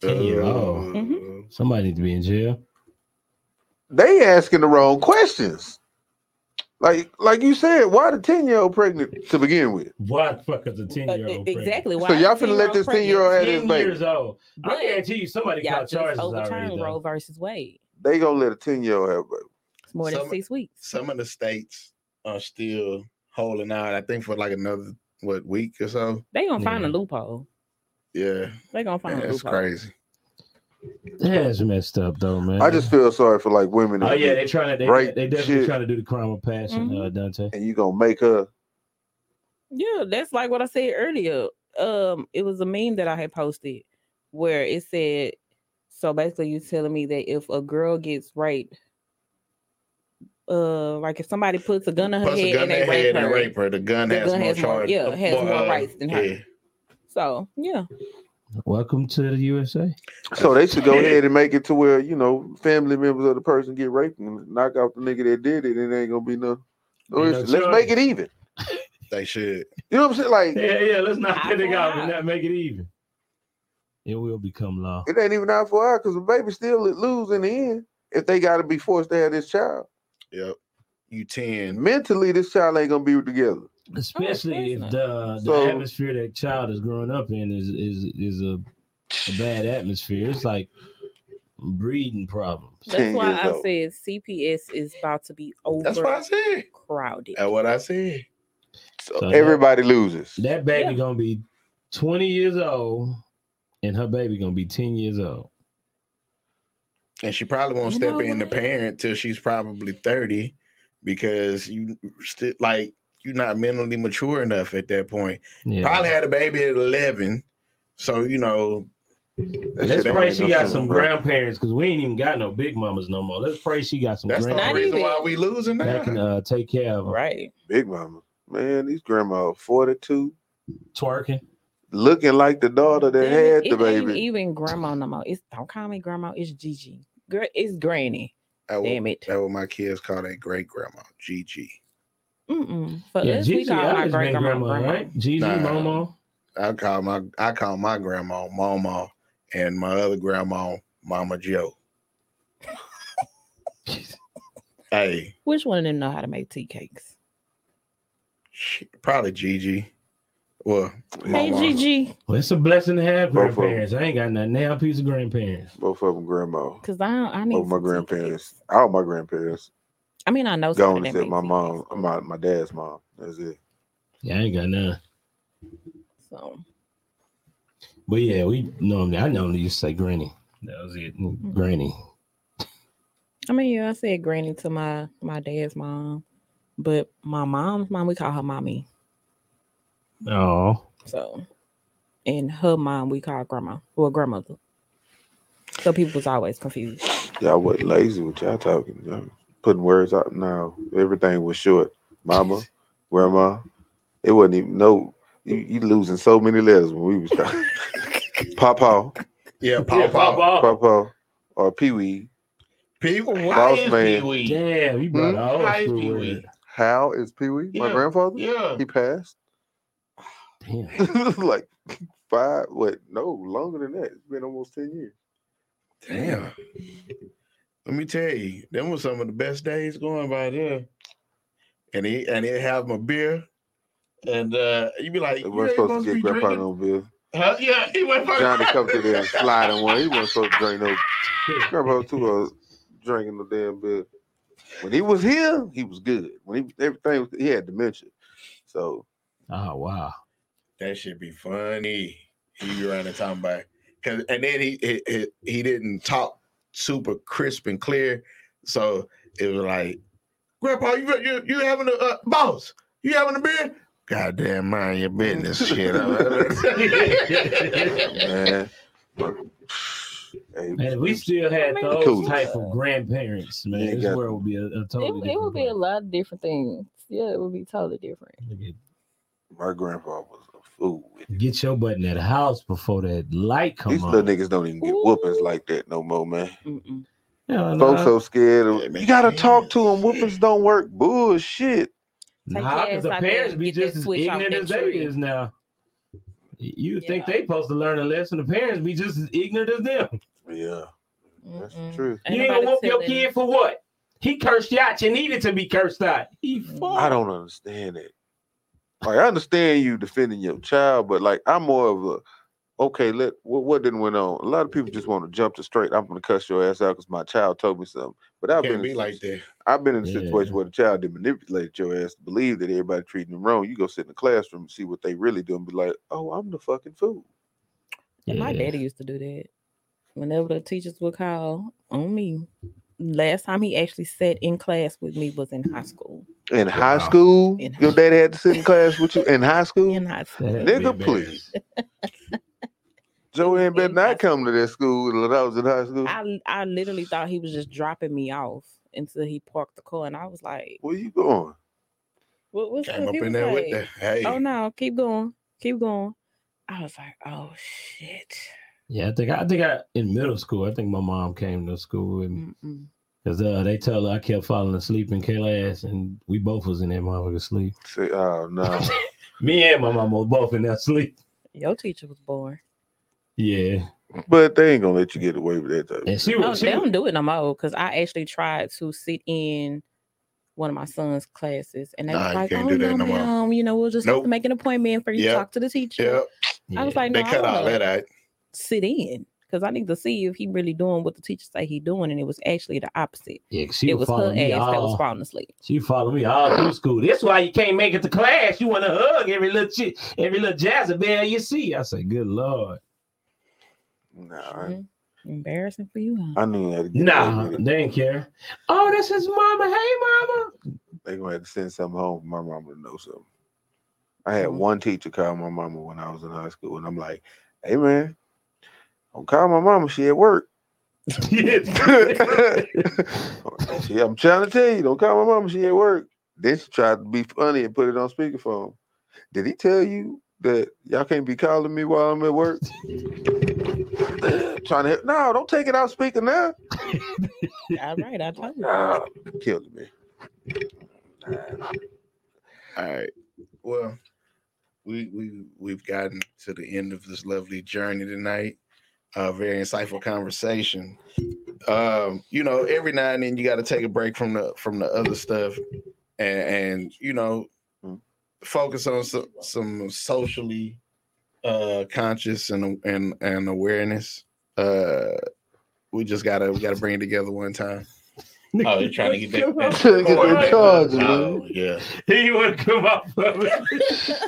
Speaker 4: 10 year old.
Speaker 2: Uh,
Speaker 4: Somebody needs to be in jail.
Speaker 1: They asking the wrong questions. Like like you said, why the 10 year old pregnant to begin with?
Speaker 4: Why the fuck is a 10
Speaker 3: But
Speaker 4: year old?
Speaker 3: e- exactly. Why
Speaker 1: So y'all
Speaker 3: is a
Speaker 1: finna let
Speaker 3: 10-year-old
Speaker 1: this 10 year old have this
Speaker 4: 10
Speaker 1: baby.
Speaker 4: years old.
Speaker 3: But
Speaker 4: I guarantee you somebody
Speaker 3: Y'all
Speaker 4: caught
Speaker 3: just
Speaker 4: charges already.
Speaker 3: overturned
Speaker 4: though.
Speaker 3: Roe versus Wade.
Speaker 1: They gonna let a 10 year old have a baby.
Speaker 3: It's more than
Speaker 2: Some-
Speaker 3: six weeks.
Speaker 2: Some of the states are still holding out. I think for like another what week or so.
Speaker 3: They gonna find a
Speaker 4: Yeah.
Speaker 3: loophole.
Speaker 2: Yeah,
Speaker 3: They gonna find
Speaker 2: man,
Speaker 3: a
Speaker 2: that's
Speaker 3: loophole.
Speaker 2: crazy.
Speaker 4: That's messed up though, man.
Speaker 1: I just feel sorry for like women.
Speaker 4: Oh
Speaker 1: that
Speaker 4: yeah,
Speaker 1: get-
Speaker 4: they trying to. They,
Speaker 1: Right,
Speaker 4: they definitely
Speaker 1: shit.
Speaker 4: trying to do the crime of passion,
Speaker 3: Mhm.
Speaker 4: uh, Dante.
Speaker 1: and you gonna make her
Speaker 3: Yeah, that's like what I said earlier. Um, it was a meme that I had posted where it said, so basically you telling me that if a girl gets raped, uh, like if somebody puts a gun on her
Speaker 2: Plus a
Speaker 3: head
Speaker 2: gun
Speaker 3: and
Speaker 2: to
Speaker 3: they
Speaker 2: her
Speaker 3: rape
Speaker 2: head
Speaker 3: her,
Speaker 2: and rape her. The gun
Speaker 3: the
Speaker 2: has
Speaker 3: gun
Speaker 2: more
Speaker 3: has more-
Speaker 2: charge.
Speaker 3: yeah,
Speaker 2: uh,
Speaker 3: has more
Speaker 2: uh,
Speaker 3: rights than her.
Speaker 2: yeah.
Speaker 3: So yeah,
Speaker 4: Welcome to the USA.
Speaker 1: So they should go ahead and make it to where you know family members of the person get raped and knock out the nigga that did it, and it ain't gonna be no. no
Speaker 4: Ain't no
Speaker 1: issue. Let's
Speaker 4: charges.
Speaker 1: make it even.
Speaker 2: They should.
Speaker 1: You know what I'm saying? Like
Speaker 4: Yeah, yeah. Let's knock
Speaker 3: I
Speaker 4: that nigga out
Speaker 3: forgot.
Speaker 4: and not make it even. It will become law.
Speaker 1: it ain't even out for her because the baby still lose in the end if they got to be forced to have this child.
Speaker 2: Yep. You ten.
Speaker 1: Mentally, this child ain't gonna be together.
Speaker 3: Oh,
Speaker 4: Especially if
Speaker 3: course
Speaker 4: the the
Speaker 1: So-
Speaker 4: atmosphere that child is growing up in is is is a, a bad atmosphere. It's like breeding problems.
Speaker 3: that's
Speaker 1: 10
Speaker 3: why
Speaker 1: years
Speaker 3: I
Speaker 1: old.
Speaker 3: said CPS is about to be
Speaker 2: That's what I said.
Speaker 3: overcrowded.
Speaker 2: That's what I said.
Speaker 1: So
Speaker 4: So that-
Speaker 1: everybody loses.
Speaker 4: That baby
Speaker 3: Yeah.
Speaker 4: gonna be twenty years old, and her baby gonna be ten years old.
Speaker 2: And she probably won't
Speaker 3: You
Speaker 2: step
Speaker 3: know
Speaker 2: in the
Speaker 3: what?
Speaker 2: parent till she's probably thirty, because you still like you're not mentally mature enough at that point.
Speaker 4: Yeah.
Speaker 2: Probably had a baby at eleven, so you know
Speaker 1: That
Speaker 4: Let's
Speaker 1: shit ain't
Speaker 4: pray
Speaker 1: make
Speaker 4: she
Speaker 1: no
Speaker 4: got
Speaker 1: sense,
Speaker 4: some
Speaker 1: bro.
Speaker 4: grandparents because we ain't even got no big mamas no more. Let's pray she got some
Speaker 2: that's the
Speaker 3: Not
Speaker 2: only
Speaker 4: grandparents
Speaker 2: reason why
Speaker 3: even.
Speaker 2: we losing
Speaker 4: that can
Speaker 2: now.
Speaker 4: uh, take care
Speaker 2: E.
Speaker 4: of her.
Speaker 3: Right.
Speaker 1: Big mama, man, these grandma forty two,
Speaker 4: Twerking.
Speaker 1: looking like the daughter that
Speaker 3: Damn it,
Speaker 1: had
Speaker 3: it
Speaker 1: the
Speaker 3: ain't
Speaker 1: baby.
Speaker 3: even grandma no more. It's don't call me grandma. It's Gigi. Gr- It's granny.
Speaker 1: Oh,
Speaker 2: That what,
Speaker 3: Damn it.
Speaker 2: that what my kids call their great grandma, Gigi.
Speaker 3: Mm-mm. For
Speaker 4: yeah,
Speaker 3: us, we
Speaker 4: Gigi
Speaker 3: call our
Speaker 4: always
Speaker 3: great
Speaker 4: been grandma,
Speaker 3: grandma grandma.
Speaker 4: right? Gigi,
Speaker 2: Nah.
Speaker 4: Momo.
Speaker 2: I call my I call my grandma Mama, and my other grandma Mama Joe. Hey,
Speaker 3: Which one of them know how to make tea cakes?
Speaker 2: sh- probably Gigi. Well,
Speaker 3: Hey,
Speaker 2: Mama.
Speaker 3: Gigi.
Speaker 4: Well, it's a blessing to have
Speaker 1: Both of 'em.
Speaker 4: grandparents. I ain't got nothing now. Piece of grandparents.
Speaker 1: Both of them grandma.
Speaker 3: Cause I I need
Speaker 1: Both Oh, my
Speaker 3: some tea
Speaker 1: grandparents,
Speaker 3: cakes.
Speaker 1: all my grandparents
Speaker 3: I mean, I know
Speaker 1: gone
Speaker 3: somebody that
Speaker 1: except
Speaker 3: makes
Speaker 1: my
Speaker 3: tea
Speaker 1: mom,
Speaker 3: cakes,
Speaker 1: my my dad's mom. That's it.
Speaker 4: Yeah, I ain't got none.
Speaker 3: So
Speaker 4: But yeah, we normally I normally used to say granny. That was it. Granny.
Speaker 3: I mean, yeah, I said granny to my my dad's mom, But my mom's mom, we call her mommy.
Speaker 4: Oh,
Speaker 3: So, and her mom, we call grandma or grandmother. So people was always confused.
Speaker 1: Y'all was lazy with y'all talking. Y'all putting words out. No, everything was short. Mama, grandma. It wasn't even no. You, you losing so many letters when we was talking. Papa.
Speaker 2: Yeah, Paw Paw.
Speaker 1: Papa. Or Pee Wee.
Speaker 2: Pee Wee.
Speaker 1: Boss man.
Speaker 4: Damn, you
Speaker 1: Hmm?
Speaker 4: brought all
Speaker 2: Hi,
Speaker 4: the shit
Speaker 2: Pee
Speaker 4: with
Speaker 2: Wee.
Speaker 4: it.
Speaker 1: How is Pee Wee? My
Speaker 2: Yeah,
Speaker 1: grandfather.
Speaker 2: yeah.
Speaker 1: He passed.
Speaker 4: Damn.
Speaker 1: like five. What? No, longer than that. It's been almost ten years.
Speaker 2: Damn. Let me tell you, them were some of the best days going by there. And he and he have my beer. And uh you be like,
Speaker 1: They
Speaker 2: you
Speaker 1: weren't
Speaker 2: ain't
Speaker 1: supposed to get
Speaker 2: be
Speaker 1: grandpa
Speaker 2: drinking.
Speaker 1: no beer.
Speaker 2: Huh? Yeah, he went first.
Speaker 1: Johnny come to there and slide in one. He wasn't supposed to drink no. Grandpa was too old drinking no damn beer. When he was here, he was good. When he everything was, he had dementia. So
Speaker 4: Oh wow.
Speaker 2: That should be funny. He be around the time about because and then he, he he he didn't talk super crisp and clear, so it was like, Grandpa, you you, you having a uh, boss? You having a beer? Goddamn, mind your business, shit.
Speaker 1: man, but- hey,
Speaker 4: Man, we still had
Speaker 3: mean,
Speaker 4: those
Speaker 1: cool.
Speaker 4: type of grandparents, man.
Speaker 1: Yeah,
Speaker 4: this
Speaker 1: got-
Speaker 4: world would be a, a totally
Speaker 3: it, it
Speaker 4: different
Speaker 3: would be a lot of different things. Yeah, it would be totally different.
Speaker 4: place.
Speaker 1: my grandpa was a fool.
Speaker 4: Get your butt in that house before that light come
Speaker 1: These
Speaker 4: on.
Speaker 1: little niggas don't even get whoopings like that no more, man.
Speaker 3: Mm-mm.
Speaker 4: Yeah,
Speaker 1: Folks
Speaker 4: nah,
Speaker 1: so scared. of-
Speaker 2: Yeah, man.
Speaker 1: you gotta talk to them. Whoopings don't work. Bullshit.
Speaker 4: nah,
Speaker 3: Take your
Speaker 4: 'cause
Speaker 3: ass
Speaker 4: the
Speaker 3: out there
Speaker 4: parents
Speaker 3: and
Speaker 4: be
Speaker 3: get that
Speaker 4: just as
Speaker 3: switch off
Speaker 4: ignorant
Speaker 3: that
Speaker 4: as they
Speaker 3: tree.
Speaker 4: is now. You would think
Speaker 3: Yeah.
Speaker 4: they supposed to learn a lesson. The parents be just as ignorant as them.
Speaker 1: Yeah, that's the
Speaker 3: Mm-mm.
Speaker 1: truth.
Speaker 3: Ain't
Speaker 4: you ain't gonna
Speaker 3: nobody
Speaker 4: whoop your
Speaker 3: telling-
Speaker 4: kid for what? He cursed you out. You needed to be cursed out. He
Speaker 3: Mm.
Speaker 4: fucked.
Speaker 1: I don't understand it. Like I understand you defending your child, but like I'm more of a okay. Let what what didn't went on. A lot of people just want to jump to straight. I'm gonna cuss your ass out because my child told me something. But I've
Speaker 2: Can't
Speaker 1: been
Speaker 2: be
Speaker 1: in,
Speaker 2: like that.
Speaker 1: I've been in a
Speaker 4: Yeah.
Speaker 1: situation where the child did manipulate your ass to believe that everybody treating them wrong. You go sit in the classroom and see what they really do and be like, oh, I'm the fucking fool.
Speaker 3: And My daddy used to do that. Whenever the teachers would call on me, last time he actually sat in class with me was in high school.
Speaker 1: In high
Speaker 4: Wow.
Speaker 1: school,
Speaker 3: In-
Speaker 1: your daddy had to sit in class with you in high school.
Speaker 3: In high school.
Speaker 4: That'd
Speaker 1: Nigga,
Speaker 4: be
Speaker 1: please.
Speaker 4: embarrassing.
Speaker 1: Joanne
Speaker 3: in
Speaker 1: better
Speaker 3: high
Speaker 1: not come to that school when I was in high school.
Speaker 3: I I literally thought he was just dropping me off until he parked the car, and I was like,
Speaker 1: Where you going?
Speaker 3: "What was
Speaker 2: Came
Speaker 3: that?"
Speaker 2: up
Speaker 3: He
Speaker 2: in
Speaker 3: was
Speaker 2: there with
Speaker 3: like,
Speaker 2: that. Hey,
Speaker 3: "Oh no, keep going, keep going." I was like, "Oh shit."
Speaker 4: Yeah, I think I think I in middle school. I think my mom came to school with me
Speaker 3: Mm-mm.
Speaker 4: because uh, they tell her I kept falling asleep in class, and we both was in that motherfucker sleep.
Speaker 1: Say, oh no.
Speaker 4: Me and my mom were both in that sleep.
Speaker 3: Your teacher was born.
Speaker 4: Yeah,
Speaker 1: but they ain't gonna let you get away with that type. of
Speaker 4: and she
Speaker 3: Oh,
Speaker 4: was. She
Speaker 3: they
Speaker 4: was
Speaker 3: don't do it no more because I actually tried to sit in one of my son's classes, and they
Speaker 2: Nah,
Speaker 3: was
Speaker 2: you
Speaker 3: like,
Speaker 2: can't
Speaker 3: "Oh
Speaker 2: do that
Speaker 3: no,
Speaker 2: no more."
Speaker 3: ma'am, you know, we'll just have
Speaker 2: Nope.
Speaker 3: to make an appointment for you
Speaker 2: Yep.
Speaker 3: to talk to the teacher."
Speaker 2: yeah,
Speaker 4: yeah.
Speaker 3: I was like, "No,
Speaker 2: they
Speaker 3: I
Speaker 2: cut all
Speaker 3: wanna
Speaker 2: that out.
Speaker 3: sit in because I need to see if he really doing what the teacher say he doing," and it was actually the opposite.
Speaker 4: Yeah, 'cause she
Speaker 3: it
Speaker 4: was
Speaker 3: was her
Speaker 4: following me
Speaker 3: ass that was
Speaker 4: all.
Speaker 3: falling asleep.
Speaker 4: She followed me all through school. That's why you can't make it to class. You want to hug every little chick, every little Jezebel you see. I say, good lord.
Speaker 1: Nah, I,
Speaker 3: Mhm. Embarrassing for you, huh?
Speaker 1: I knew how to get away
Speaker 4: Nah,
Speaker 1: with it.
Speaker 4: they didn't care. Oh, that's his mama. Hey, mama.
Speaker 1: They gonna have to send something home for my mama to know something. I had
Speaker 3: Mhm.
Speaker 1: one teacher call my mama when I was in high school, and I'm like, "Hey man, don't call my mama. She at work." she, I'm trying to tell you, don't call my mama. She at work. Then she tried to be funny and put it on speakerphone. Did he tell you that y'all can't be calling me while I'm at work? trying to help. No, don't take it out speaker now.
Speaker 3: All right, I told you.
Speaker 1: Ah, killed me. Nah.
Speaker 2: All right. Well, we we we've gotten to the end of this lovely journey tonight. A very insightful conversation. Um, you know, every now and then you got to take a break from the from the other stuff, and and you know,
Speaker 1: Mm.
Speaker 2: focus on some some socially uh conscious and and and awareness. Uh, we just gotta we gotta bring it together one time. Oh, they're trying to get that.
Speaker 1: Trying to get that charger, man.
Speaker 2: oh, yeah.
Speaker 4: He would come up from it.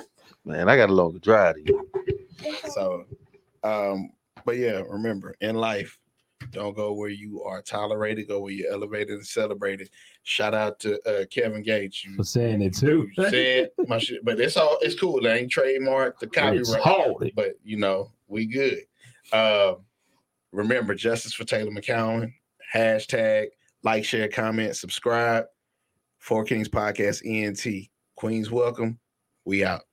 Speaker 1: Man, I got a longer drive to you.
Speaker 2: So, um, but yeah, remember in life, Don't go where you are tolerated. Go where you're elevated and celebrated. Shout out to uh, Kevin Gates. You
Speaker 4: for saying it too.
Speaker 2: said my shit, but it's all it's cool. They ain't trademarked the
Speaker 4: It's
Speaker 2: copyright,
Speaker 4: holy.
Speaker 2: but you know we good. Uh, remember, justice for Taylor McCowan. Hashtag like, share, comment, subscribe. Four Kings Podcast ENT. Queens welcome. We out.